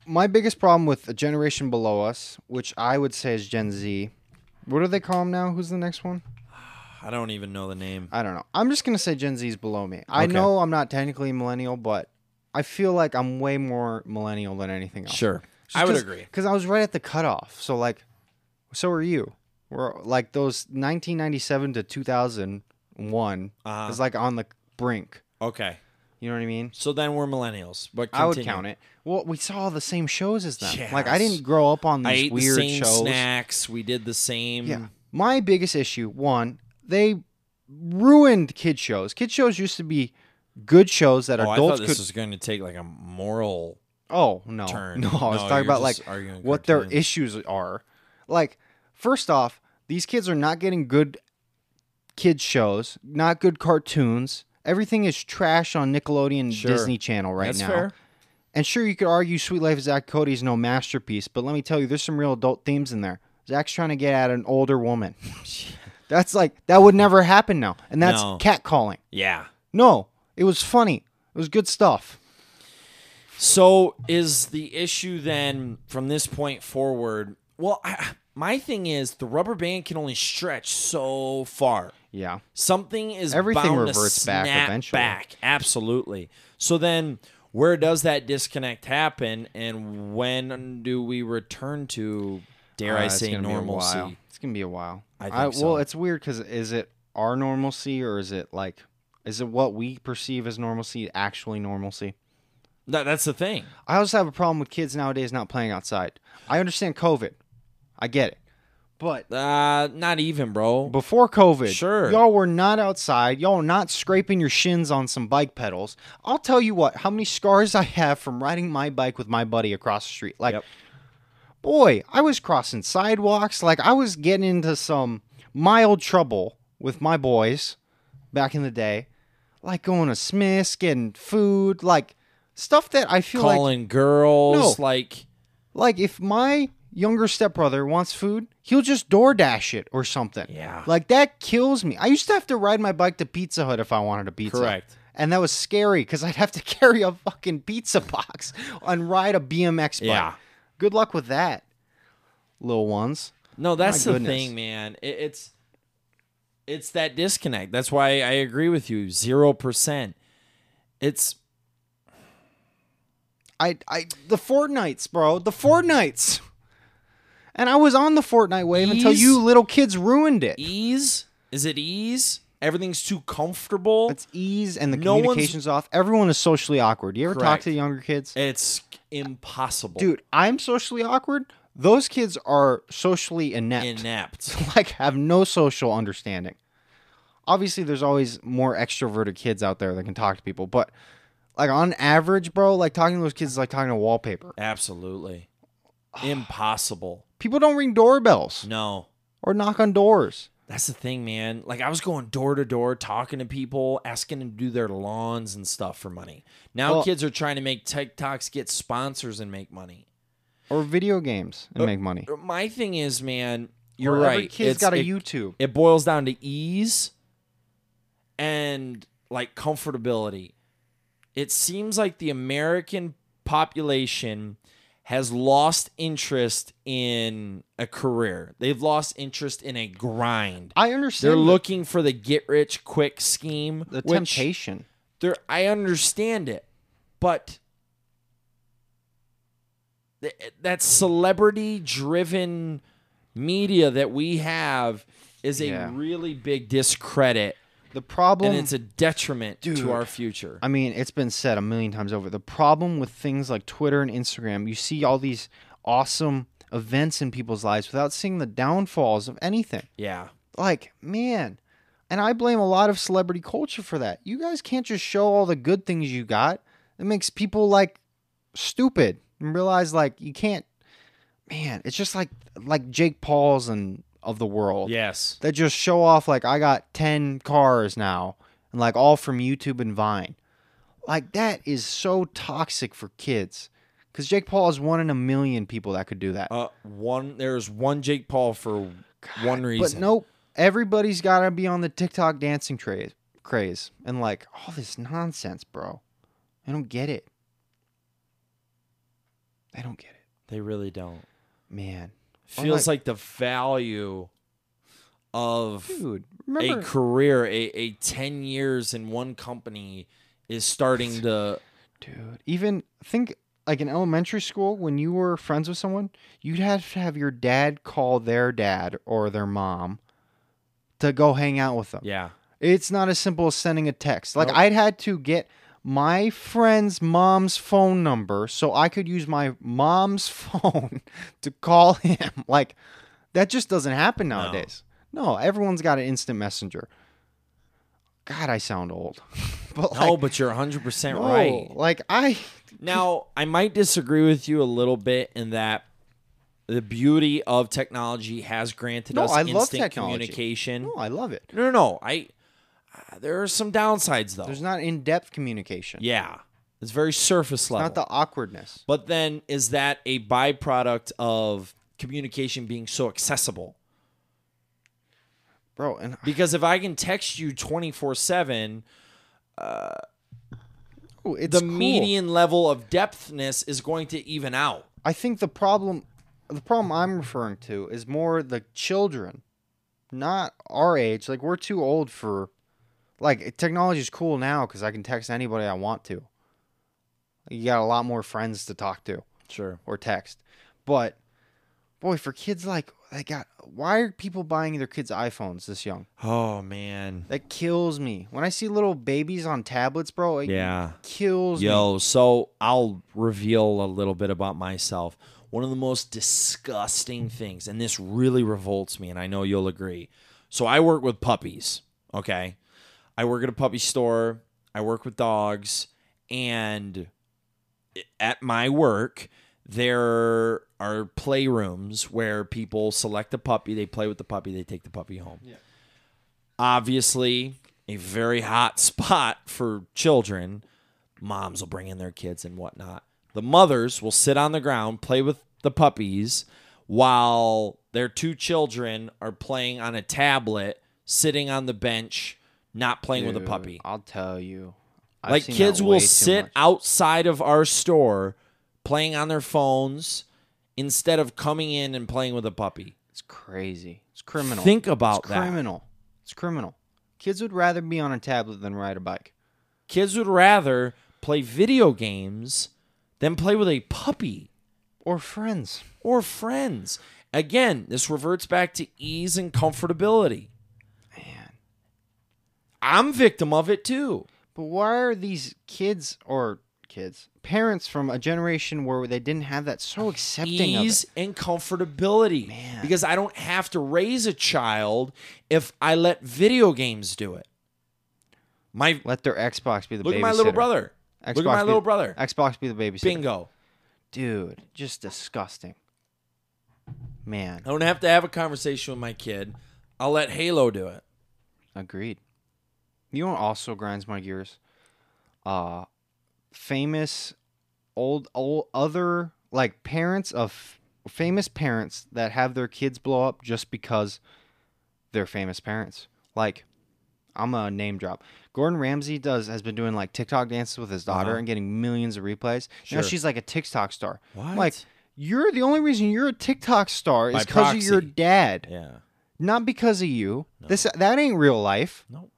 [SPEAKER 1] my biggest problem with the generation below us, which I would say is Gen Z. What do they call them now? Who's the next one?
[SPEAKER 2] I don't even know the name.
[SPEAKER 1] I don't know. I'm just gonna say Gen Z is below me. I
[SPEAKER 2] Okay.
[SPEAKER 1] know I'm not technically a millennial, but I feel like I'm way more millennial than anything else.
[SPEAKER 2] Sure. I would agree.
[SPEAKER 1] because I was right at the cutoff. So like, so are you? We're like those 1997 to 2001
[SPEAKER 2] Uh-huh.
[SPEAKER 1] is like on the brink.
[SPEAKER 2] Okay.
[SPEAKER 1] You know what I mean?
[SPEAKER 2] So then we're millennials. But
[SPEAKER 1] I would
[SPEAKER 2] continue.
[SPEAKER 1] count it. Well, we saw all the same shows as them. Like I
[SPEAKER 2] Yes.
[SPEAKER 1] didn't grow up on
[SPEAKER 2] I
[SPEAKER 1] these
[SPEAKER 2] ate
[SPEAKER 1] weird
[SPEAKER 2] the same
[SPEAKER 1] shows.
[SPEAKER 2] snacks. We did the same.
[SPEAKER 1] Yeah. Mm. My biggest issue, one, they ruined kid shows. Kid shows used to be good shows that
[SPEAKER 2] Oh, I thought
[SPEAKER 1] adults
[SPEAKER 2] this
[SPEAKER 1] could.
[SPEAKER 2] was going to take like a moral.
[SPEAKER 1] Oh no,
[SPEAKER 2] turn.
[SPEAKER 1] no! I was
[SPEAKER 2] No, you're
[SPEAKER 1] talking about
[SPEAKER 2] just
[SPEAKER 1] like
[SPEAKER 2] arguing
[SPEAKER 1] what their
[SPEAKER 2] cartoons.
[SPEAKER 1] issues are. Like, first off, these kids are not getting good kids shows, not good cartoons. Everything is trash on Nickelodeon,
[SPEAKER 2] Sure.
[SPEAKER 1] Disney Channel right
[SPEAKER 2] That's
[SPEAKER 1] now.
[SPEAKER 2] fair.
[SPEAKER 1] And sure, you could argue Sweet Life of Zach Cody is no masterpiece, but let me tell you, there's some real adult themes in there. Zach's trying to get at an older woman. that's like that would never happen now, and that's
[SPEAKER 2] No.
[SPEAKER 1] catcalling.
[SPEAKER 2] Yeah.
[SPEAKER 1] No, it was funny. It was good stuff.
[SPEAKER 2] So is the issue then from this point forward? Well, I, my thing is the rubber band can only stretch so far.
[SPEAKER 1] Yeah,
[SPEAKER 2] Something is
[SPEAKER 1] Everything
[SPEAKER 2] bound to
[SPEAKER 1] reverts
[SPEAKER 2] snap
[SPEAKER 1] back
[SPEAKER 2] back
[SPEAKER 1] eventually.
[SPEAKER 2] Absolutely. So then, where does that disconnect happen, and when do we return to, dare
[SPEAKER 1] Uh,
[SPEAKER 2] I
[SPEAKER 1] it's
[SPEAKER 2] say,
[SPEAKER 1] gonna be a while.
[SPEAKER 2] normalcy?
[SPEAKER 1] It's gonna be a while.
[SPEAKER 2] I
[SPEAKER 1] I
[SPEAKER 2] think so.
[SPEAKER 1] Well, it's weird because is it our normalcy or is it like, is it what we perceive as normalcy actually normalcy?
[SPEAKER 2] That, that's the thing.
[SPEAKER 1] I also have a problem with kids nowadays not playing outside. I understand COVID, I get it, but
[SPEAKER 2] Uh, not even, bro.
[SPEAKER 1] before COVID,
[SPEAKER 2] Sure.
[SPEAKER 1] y'all were not outside. Y'all were not scraping your shins on some bike pedals. I'll tell you what, how many scars I have from riding my bike with my buddy across the street. Like,
[SPEAKER 2] Yep.
[SPEAKER 1] boy, I was crossing sidewalks. Like, I was getting into some mild trouble with my boys back in the day. Like, going to Smith's, getting food, like, stuff that I feel like.
[SPEAKER 2] Calling girls, like
[SPEAKER 1] Like if my younger stepbrother wants food, he'll just DoorDash it or something.
[SPEAKER 2] Yeah.
[SPEAKER 1] Like that kills me. I used to have to ride my bike to Pizza Hut if I wanted a pizza.
[SPEAKER 2] Correct.
[SPEAKER 1] And that was scary because I'd have to carry a fucking pizza box and ride a BMX bike.
[SPEAKER 2] Yeah.
[SPEAKER 1] Good luck with that, little ones.
[SPEAKER 2] No, that's the
[SPEAKER 1] goodness.
[SPEAKER 2] thing, man. It, it's it's that disconnect. That's why I agree with you. Zero percent. It's
[SPEAKER 1] I, I, the Fortnites, bro, the Fortnites. And I was on the Fortnite wave until
[SPEAKER 2] Ease. E
[SPEAKER 1] you little kids ruined it.
[SPEAKER 2] ease. Is it ease? Everything's too comfortable. It's,
[SPEAKER 1] It's ease and the
[SPEAKER 2] No one's-
[SPEAKER 1] communication's off. Everyone is socially awkward. You ever talk
[SPEAKER 2] Correct.
[SPEAKER 1] to the younger kids?
[SPEAKER 2] impossible.
[SPEAKER 1] dude i'm socially awkward those kids are socially inept
[SPEAKER 2] Inept.
[SPEAKER 1] like have no social understanding obviously there's always more extroverted kids out there that can talk to people but like on average bro like talking to those kids is like talking to wallpaper
[SPEAKER 2] Absolutely. impossible.
[SPEAKER 1] people don't ring doorbells
[SPEAKER 2] No.
[SPEAKER 1] or knock on doors
[SPEAKER 2] That's the thing, man. Like I was going door to door, talking to people, asking them to do their lawns and stuff for money. Now
[SPEAKER 1] Well-
[SPEAKER 2] kids are trying to make TikToks, get sponsors, and make money.
[SPEAKER 1] or video games and
[SPEAKER 2] Uh,
[SPEAKER 1] make money
[SPEAKER 2] My thing is, man, you're
[SPEAKER 1] Or
[SPEAKER 2] right.
[SPEAKER 1] every kid's
[SPEAKER 2] It's-
[SPEAKER 1] got a
[SPEAKER 2] it,
[SPEAKER 1] youtube
[SPEAKER 2] It boils down to ease and like comfortability. It seems like the American population has lost interest in a career. They've lost interest in a grind.
[SPEAKER 1] i understand
[SPEAKER 2] They're
[SPEAKER 1] the-
[SPEAKER 2] looking for the get rich quick scheme.
[SPEAKER 1] the
[SPEAKER 2] which
[SPEAKER 1] temptation
[SPEAKER 2] There, I understand it, but th- that celebrity driven media that we have is a
[SPEAKER 1] Yeah.
[SPEAKER 2] really big discredit,
[SPEAKER 1] the problem
[SPEAKER 2] and it's a detriment
[SPEAKER 1] Dude.
[SPEAKER 2] to our future.
[SPEAKER 1] I mean, it's been said a million times over. The problem with things like Twitter and Instagram, you see all these awesome events in people's lives without seeing the downfalls of anything.
[SPEAKER 2] yeah,
[SPEAKER 1] Like, man, and I blame a lot of celebrity culture for that. You guys can't just show all the good things you got. It makes people like stupid and realize like you can't man, it's just like like Jake Paul's and of the world
[SPEAKER 2] yes,
[SPEAKER 1] that just show off like I got 10 cars now and like all from YouTube and Vine. Like that is so toxic for kids. Cuz Jake Paul is one in a million people that could do that.
[SPEAKER 2] uh, one. There's one Jake Paul for one reason.
[SPEAKER 1] But nope, everybody's got to be on the TikTok dancing craze, craze, and like all this nonsense, bro. I don't get it. I don't get it,
[SPEAKER 2] They really don't.
[SPEAKER 1] man. I'm
[SPEAKER 2] Feels like, the value of
[SPEAKER 1] Dude,
[SPEAKER 2] a
[SPEAKER 1] remember?
[SPEAKER 2] career, a, a 10 years in one company is starting to.
[SPEAKER 1] Dude, even think like in elementary school when you were friends with someone, you'd have to have your dad call their dad or their mom to go hang out with them.
[SPEAKER 2] Yeah.
[SPEAKER 1] It's not as simple as sending a text. Like
[SPEAKER 2] Nope.
[SPEAKER 1] I'd had to get my friend's mom's phone number so I could use my mom's phone to call him. Like that just doesn't happen nowadays. No, everyone's got an instant messenger. God, I sound old. but like,
[SPEAKER 2] No, but you're 100%
[SPEAKER 1] no,
[SPEAKER 2] right.
[SPEAKER 1] Like I
[SPEAKER 2] Now, I might disagree with you a little bit in that the beauty of technology has granted
[SPEAKER 1] No,
[SPEAKER 2] us
[SPEAKER 1] I love
[SPEAKER 2] instant
[SPEAKER 1] technology.
[SPEAKER 2] communication.
[SPEAKER 1] No, I love it.
[SPEAKER 2] No, no, no. I uh, there are some downsides though.
[SPEAKER 1] There's not in-depth communication.
[SPEAKER 2] yeah, it's very surface level.
[SPEAKER 1] Not the awkwardness.
[SPEAKER 2] but then, is that a byproduct of communication being so accessible?
[SPEAKER 1] Bro, and
[SPEAKER 2] Because if I can text you twenty four seven,
[SPEAKER 1] oh, it's
[SPEAKER 2] the
[SPEAKER 1] cool.
[SPEAKER 2] median level of depthness is going to even out.
[SPEAKER 1] I think the problem the problem I'm referring to is more the children, not our age. Like we're too old for like technology is cool now cuz I can text anybody I want to. You got a lot more friends to talk to
[SPEAKER 2] Sure.
[SPEAKER 1] or text. But boy, for kids like they got why are people buying their kids iPhones this young?
[SPEAKER 2] Oh man.
[SPEAKER 1] That kills me. When I see little babies on tablets, bro, it
[SPEAKER 2] Yeah.
[SPEAKER 1] kills me.
[SPEAKER 2] Yo, so I'll reveal a little bit about myself. One of the most disgusting things, and this really revolts me, and I know you'll agree. So I work with puppies, okay? I work at a puppy store, I work with dogs, and at my work, there are playrooms where people select a puppy, they play with the puppy, they take the puppy home.
[SPEAKER 1] Yeah.
[SPEAKER 2] Obviously, a very hot spot for children moms will bring in their kids and whatnot. The mothers will sit on the ground, play with the puppies while their two children are playing on a tablet, sitting on the bench, not playing with a
[SPEAKER 1] Dude,
[SPEAKER 2] puppy.
[SPEAKER 1] I'll tell you. I've
[SPEAKER 2] Like
[SPEAKER 1] seen
[SPEAKER 2] kids
[SPEAKER 1] that
[SPEAKER 2] will
[SPEAKER 1] way too
[SPEAKER 2] sit
[SPEAKER 1] much.
[SPEAKER 2] outside of our store playing on their phones instead of coming in and playing with a puppy.
[SPEAKER 1] It's crazy. It's criminal.
[SPEAKER 2] Think about
[SPEAKER 1] it's
[SPEAKER 2] that.
[SPEAKER 1] criminal. It's criminal. Kids would rather be on a tablet than ride a bike.
[SPEAKER 2] Kids would rather play video games than play with a puppy.
[SPEAKER 1] Or friends.
[SPEAKER 2] or friends. Again, this reverts back to ease and comfortability.
[SPEAKER 1] Man.
[SPEAKER 2] I'm victim of it too.
[SPEAKER 1] But why are these kids or kids, parents from a generation where they didn't have that so accepting of it?
[SPEAKER 2] Ease and comfortability.
[SPEAKER 1] Man.
[SPEAKER 2] Because I don't have to raise a child if I let video games do it. My
[SPEAKER 1] Let their Xbox be the
[SPEAKER 2] look
[SPEAKER 1] babysitter.
[SPEAKER 2] at my little brother.
[SPEAKER 1] Xbox
[SPEAKER 2] look at my
[SPEAKER 1] be-
[SPEAKER 2] little brother.
[SPEAKER 1] Xbox be the babysitter.
[SPEAKER 2] Bingo.
[SPEAKER 1] Dude, just disgusting. Man,
[SPEAKER 2] I don't have to have a conversation with my kid. I'll let Halo do it.
[SPEAKER 1] agreed. You know what also grinds my gears? Uh famous old old other like parents of famous parents that have their kids blow up just because they're famous parents. Like I'm a name drop. Gordon Ramsay does has been doing like TikTok dances with his daughter
[SPEAKER 2] Uh-huh.
[SPEAKER 1] and getting millions of replays. Now
[SPEAKER 2] Sure.
[SPEAKER 1] she's like a TikTok star.
[SPEAKER 2] What?
[SPEAKER 1] Like you're the only reason you're a TikTok star
[SPEAKER 2] By
[SPEAKER 1] is because of your
[SPEAKER 2] proxy.
[SPEAKER 1] dad
[SPEAKER 2] yeah.
[SPEAKER 1] not because of you. This that ain't real life.
[SPEAKER 2] No.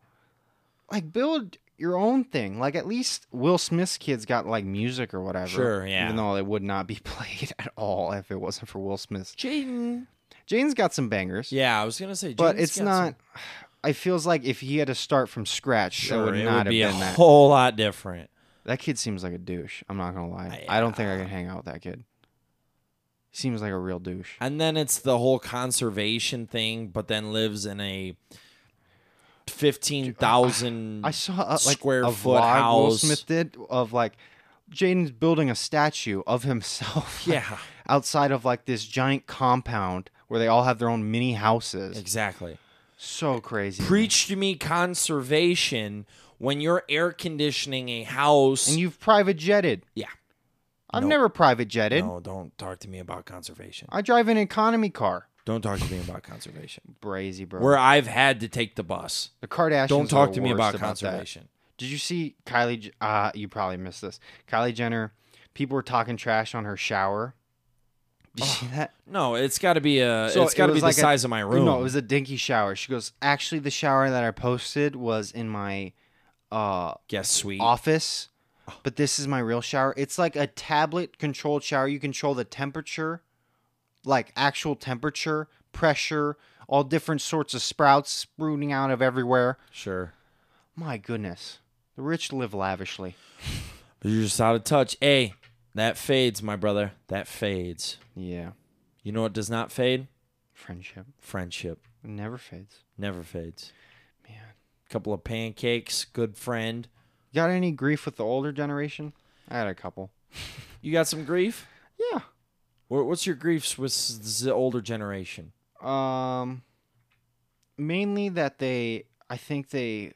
[SPEAKER 1] Like build your own thing. Like at least Will Smith's kids got like music or whatever.
[SPEAKER 2] Sure, yeah.
[SPEAKER 1] Even though it would not be played at all if it wasn't for Will Smith.
[SPEAKER 2] Jaden.
[SPEAKER 1] Jane's got some bangers.
[SPEAKER 2] Yeah, I was gonna say,
[SPEAKER 1] but
[SPEAKER 2] Jaden's
[SPEAKER 1] it's
[SPEAKER 2] got
[SPEAKER 1] not.
[SPEAKER 2] some-
[SPEAKER 1] I feels like if he had to start from scratch, that
[SPEAKER 2] Sure,
[SPEAKER 1] would
[SPEAKER 2] it
[SPEAKER 1] not
[SPEAKER 2] would be
[SPEAKER 1] have
[SPEAKER 2] a
[SPEAKER 1] been that.
[SPEAKER 2] whole lot different.
[SPEAKER 1] That kid seems like a douche. I'm not gonna lie. I, don't think I could hang out with that kid. Seems like a real douche.
[SPEAKER 2] And then it's the whole conservation thing, but then lives in a fifteen thousand.
[SPEAKER 1] I saw uh, like
[SPEAKER 2] Mm. square
[SPEAKER 1] a
[SPEAKER 2] foot
[SPEAKER 1] vlog Will
[SPEAKER 2] house.
[SPEAKER 1] Smith did of like Jaden's building a statue of himself. like,
[SPEAKER 2] Yeah,
[SPEAKER 1] outside of like this giant compound where they all have their own mini houses.
[SPEAKER 2] exactly.
[SPEAKER 1] So crazy.
[SPEAKER 2] Preach to me conservation when you're air conditioning a house.
[SPEAKER 1] and you've private jetted.
[SPEAKER 2] yeah,
[SPEAKER 1] I've
[SPEAKER 2] Nope.
[SPEAKER 1] never private jetted.
[SPEAKER 2] no, don't talk to me about conservation.
[SPEAKER 1] I drive an economy car.
[SPEAKER 2] Don't talk to me about conservation.
[SPEAKER 1] Brazy, bro.
[SPEAKER 2] Where I've had to take the bus.
[SPEAKER 1] the Kardashians.
[SPEAKER 2] Don't talk
[SPEAKER 1] are
[SPEAKER 2] to me
[SPEAKER 1] worst
[SPEAKER 2] about,
[SPEAKER 1] that.
[SPEAKER 2] conservation.
[SPEAKER 1] Did you see Kylie? J- Uh, you probably missed this. Kylie Jenner. People were talking trash on her shower. Did you see that?
[SPEAKER 2] No, it's got to be a.
[SPEAKER 1] So
[SPEAKER 2] it's got
[SPEAKER 1] it
[SPEAKER 2] to be
[SPEAKER 1] was
[SPEAKER 2] the
[SPEAKER 1] like a-
[SPEAKER 2] size of my room.
[SPEAKER 1] No, it was a dinky shower. She goes, actually, the shower that I posted was in my uh,
[SPEAKER 2] guess sweet.
[SPEAKER 1] office,
[SPEAKER 2] oh.
[SPEAKER 1] but this is my real shower. It's like a tablet controlled shower. You control the temperature, like actual temperature, pressure, all different sorts of sprouts sprouting out of everywhere.
[SPEAKER 2] Sure.
[SPEAKER 1] My goodness. The rich live lavishly.
[SPEAKER 2] But you're just out of touch. Hey, that fades, my brother. That fades.
[SPEAKER 1] Yeah.
[SPEAKER 2] You know what does not fade?
[SPEAKER 1] Friendship
[SPEAKER 2] Friendship
[SPEAKER 1] never fades.
[SPEAKER 2] never fades.
[SPEAKER 1] Man.
[SPEAKER 2] Couple of pancakes, good friend.
[SPEAKER 1] Got any grief with the older generation? I had a couple.
[SPEAKER 2] You got some grief?
[SPEAKER 1] Yeah.
[SPEAKER 2] Wha- What's your griefs with the older generation?
[SPEAKER 1] Um, mainly that they, I think they,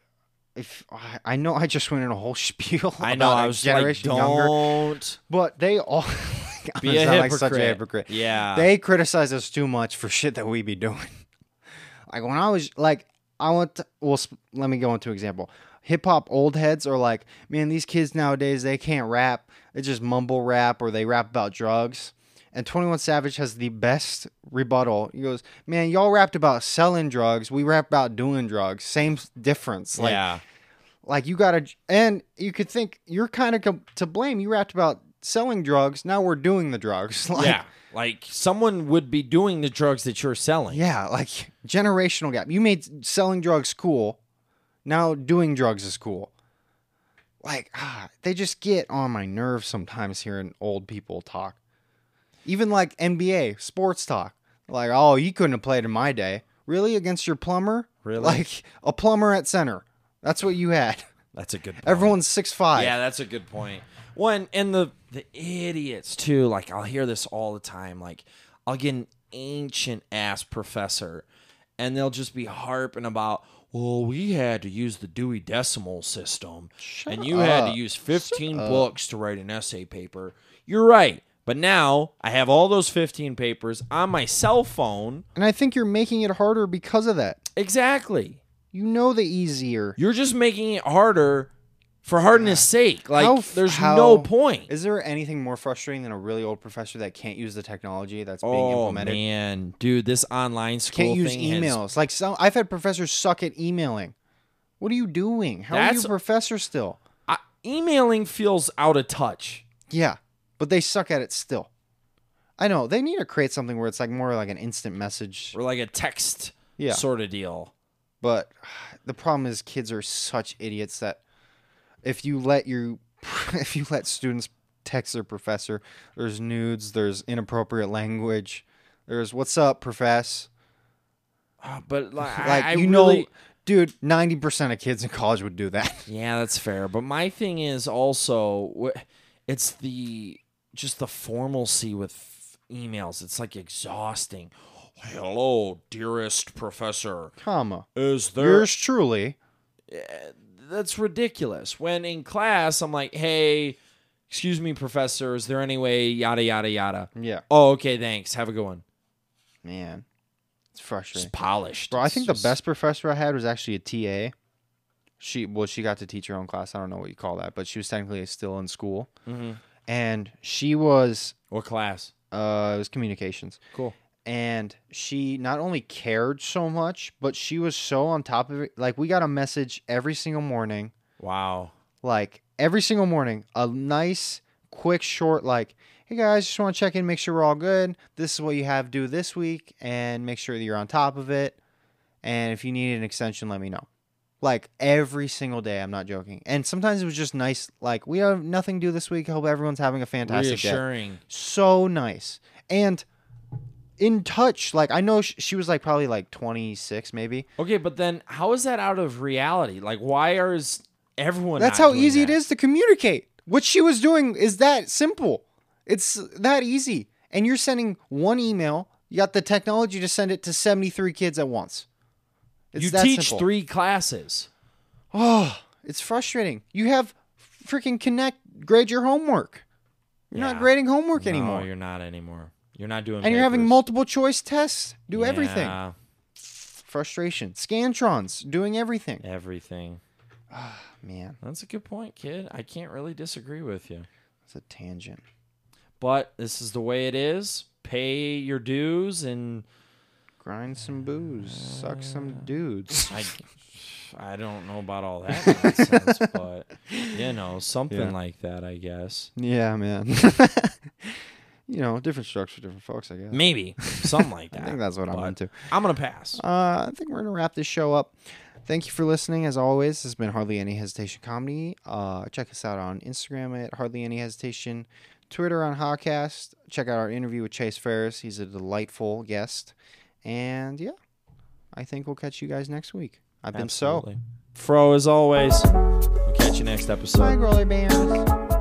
[SPEAKER 1] if I, I know, I just went in a whole spiel.
[SPEAKER 2] I know
[SPEAKER 1] about
[SPEAKER 2] I
[SPEAKER 1] a
[SPEAKER 2] was
[SPEAKER 1] generation
[SPEAKER 2] like,
[SPEAKER 1] younger,
[SPEAKER 2] don't
[SPEAKER 1] but they all I
[SPEAKER 2] be a
[SPEAKER 1] sound like
[SPEAKER 2] hypocrite.
[SPEAKER 1] such a hypocrite.
[SPEAKER 2] Yeah,
[SPEAKER 1] They criticize us too much for shit that we be doing. Like when I was like, I want to, well, sp- let me go into example. Hip hop old heads are like, man, these kids nowadays they can't rap. They just mumble rap or they rap about drugs. And 21 Savage has the best rebuttal. He goes, man, y'all rapped about selling drugs. We rap about doing drugs. Same s- difference. Like,
[SPEAKER 2] yeah.
[SPEAKER 1] like you gotta, and you could think you're kind of com- to blame. You rapped about selling drugs. Now we're doing the drugs. Like,
[SPEAKER 2] yeah. Like someone would be doing the drugs that you're selling.
[SPEAKER 1] Yeah, like generational gap. You made selling drugs cool. Now doing drugs is cool. Like, ah, they just get on my nerves sometimes hearing old people talk. Even like NBA sports talk. Like, oh, you couldn't have played in my day. Really? Against your plumber?
[SPEAKER 2] Really?
[SPEAKER 1] Like a plumber at center. That's what you had.
[SPEAKER 2] That's a good point.
[SPEAKER 1] Everyone's six five.
[SPEAKER 2] Yeah, that's a good point. One and the the idiots too. Like I'll hear this all the time. Like I'll get an ancient ass professor, and they'll just be harping about. Well, we had to use the Dewey Decimal System, and you had
[SPEAKER 1] up.
[SPEAKER 2] to use fifteen books to write an essay paper. You're right, but now I have all those fifteen papers on my cell phone.
[SPEAKER 1] And I think you're making it harder because of that.
[SPEAKER 2] Exactly.
[SPEAKER 1] You know the easier.
[SPEAKER 2] You're just making it harder for hardness' sake. Like
[SPEAKER 1] How f-
[SPEAKER 2] there's
[SPEAKER 1] how-
[SPEAKER 2] no point.
[SPEAKER 1] Is there anything more frustrating than a really old professor that can't use the technology that's being
[SPEAKER 2] oh,
[SPEAKER 1] implemented?
[SPEAKER 2] man, dude, this online school
[SPEAKER 1] Can't use
[SPEAKER 2] thing has-
[SPEAKER 1] emails. Like some, I've had professors suck at emailing. What are you doing? How are you
[SPEAKER 2] That's-
[SPEAKER 1] a professor still?
[SPEAKER 2] I- emailing feels out of touch.
[SPEAKER 1] Yeah, but they suck at it still. I know they need to create something where it's like more like an instant message.
[SPEAKER 2] Or like a text
[SPEAKER 1] Yeah.
[SPEAKER 2] sort of deal.
[SPEAKER 1] But the problem is kids are such idiots that if you let your if you let students text their professor, there's nudes, there's inappropriate language, there's what's up, profess.
[SPEAKER 2] Uh, But like, I-
[SPEAKER 1] Like
[SPEAKER 2] I
[SPEAKER 1] you know,
[SPEAKER 2] really-
[SPEAKER 1] dude, ninety percent of kids in college would do that.
[SPEAKER 2] yeah, that's fair. But my thing is also, wh- it's the just the formalcy with emails. It's like exhausting. Hello, dearest professor.
[SPEAKER 1] Comma.
[SPEAKER 2] Is there
[SPEAKER 1] Yours truly.
[SPEAKER 2] that's ridiculous. When in class, I'm like, hey, excuse me, professor, is there any way, yada, yada, yada.
[SPEAKER 1] Yeah,
[SPEAKER 2] Oh, okay, thanks. Have a good one.
[SPEAKER 1] man, it's
[SPEAKER 2] Just
[SPEAKER 1] frustrating.
[SPEAKER 2] polished.
[SPEAKER 1] Bro, I
[SPEAKER 2] It's
[SPEAKER 1] think
[SPEAKER 2] just-
[SPEAKER 1] the best professor I had was actually a TA. She well, she got to teach her own class. I don't know what you call that, but she was technically still in school,
[SPEAKER 2] Mhm.
[SPEAKER 1] and she was
[SPEAKER 2] What class?
[SPEAKER 1] uh, it was communications.
[SPEAKER 2] Cool.
[SPEAKER 1] and she not only cared so much, but she was so on top of it. Like we got a message every single morning,
[SPEAKER 2] Wow.
[SPEAKER 1] like every single morning, a nice, quick, short, like, "Hey guys, just want to check in, make sure we're all good. This is what you have due this week, and make sure that you're on top of it. And if you need an extension, let me know." Like every single day, I'm not joking. And sometimes it was just nice, like, "We have nothing due this week. Hope everyone's having a fantastic day."
[SPEAKER 2] Reassuring.
[SPEAKER 1] so nice and in touch like i know sh- she was like probably like 26 maybe
[SPEAKER 2] Okay, but then how is that out of reality? Like, why are is everyone?
[SPEAKER 1] that's
[SPEAKER 2] not
[SPEAKER 1] how
[SPEAKER 2] doing
[SPEAKER 1] easy
[SPEAKER 2] that?
[SPEAKER 1] it is to communicate what she was doing is that simple it's that easy and you're sending one email you got the technology to send it to 73 kids at once it's
[SPEAKER 2] you
[SPEAKER 1] that
[SPEAKER 2] teach
[SPEAKER 1] simple.
[SPEAKER 2] three classes.
[SPEAKER 1] oh it's frustrating you have freaking connect grade your homework you're
[SPEAKER 2] Yeah.
[SPEAKER 1] not grading homework anymore
[SPEAKER 2] No, you're not anymore. You're not doing
[SPEAKER 1] And you're having
[SPEAKER 2] papers.
[SPEAKER 1] multiple choice tests. Do everything.
[SPEAKER 2] Yeah,
[SPEAKER 1] Frustration. Scantrons. Doing everything.
[SPEAKER 2] Everything.
[SPEAKER 1] Man,
[SPEAKER 2] That's a good point, kid. I can't really disagree with you.
[SPEAKER 1] that's a tangent.
[SPEAKER 2] But this is the way it is. Pay your dues and
[SPEAKER 1] Grind some booze. Suck some dudes.
[SPEAKER 2] Uh, I I don't know about all that nonsense, but you know, something
[SPEAKER 1] Yeah.
[SPEAKER 2] like that, I guess.
[SPEAKER 1] yeah, man. you know, different structure, different folks, I guess.
[SPEAKER 2] Maybe something like that.
[SPEAKER 1] I think that's what I'm
[SPEAKER 2] But
[SPEAKER 1] into.
[SPEAKER 2] I'm gonna pass.
[SPEAKER 1] Uh, I think we're gonna wrap this show up. Thank you for listening. As always, this has been hardly any hesitation comedy. Uh, check us out on Instagram at hardly any hesitation, Twitter on Hawcast. Check out our interview with Chase Ferris. He's a delightful guest, and yeah, I think we'll catch you guys next week. I've been so.
[SPEAKER 2] Absolutely. Fro as always. We'll catch you next episode.
[SPEAKER 1] Bye, Growler Bears.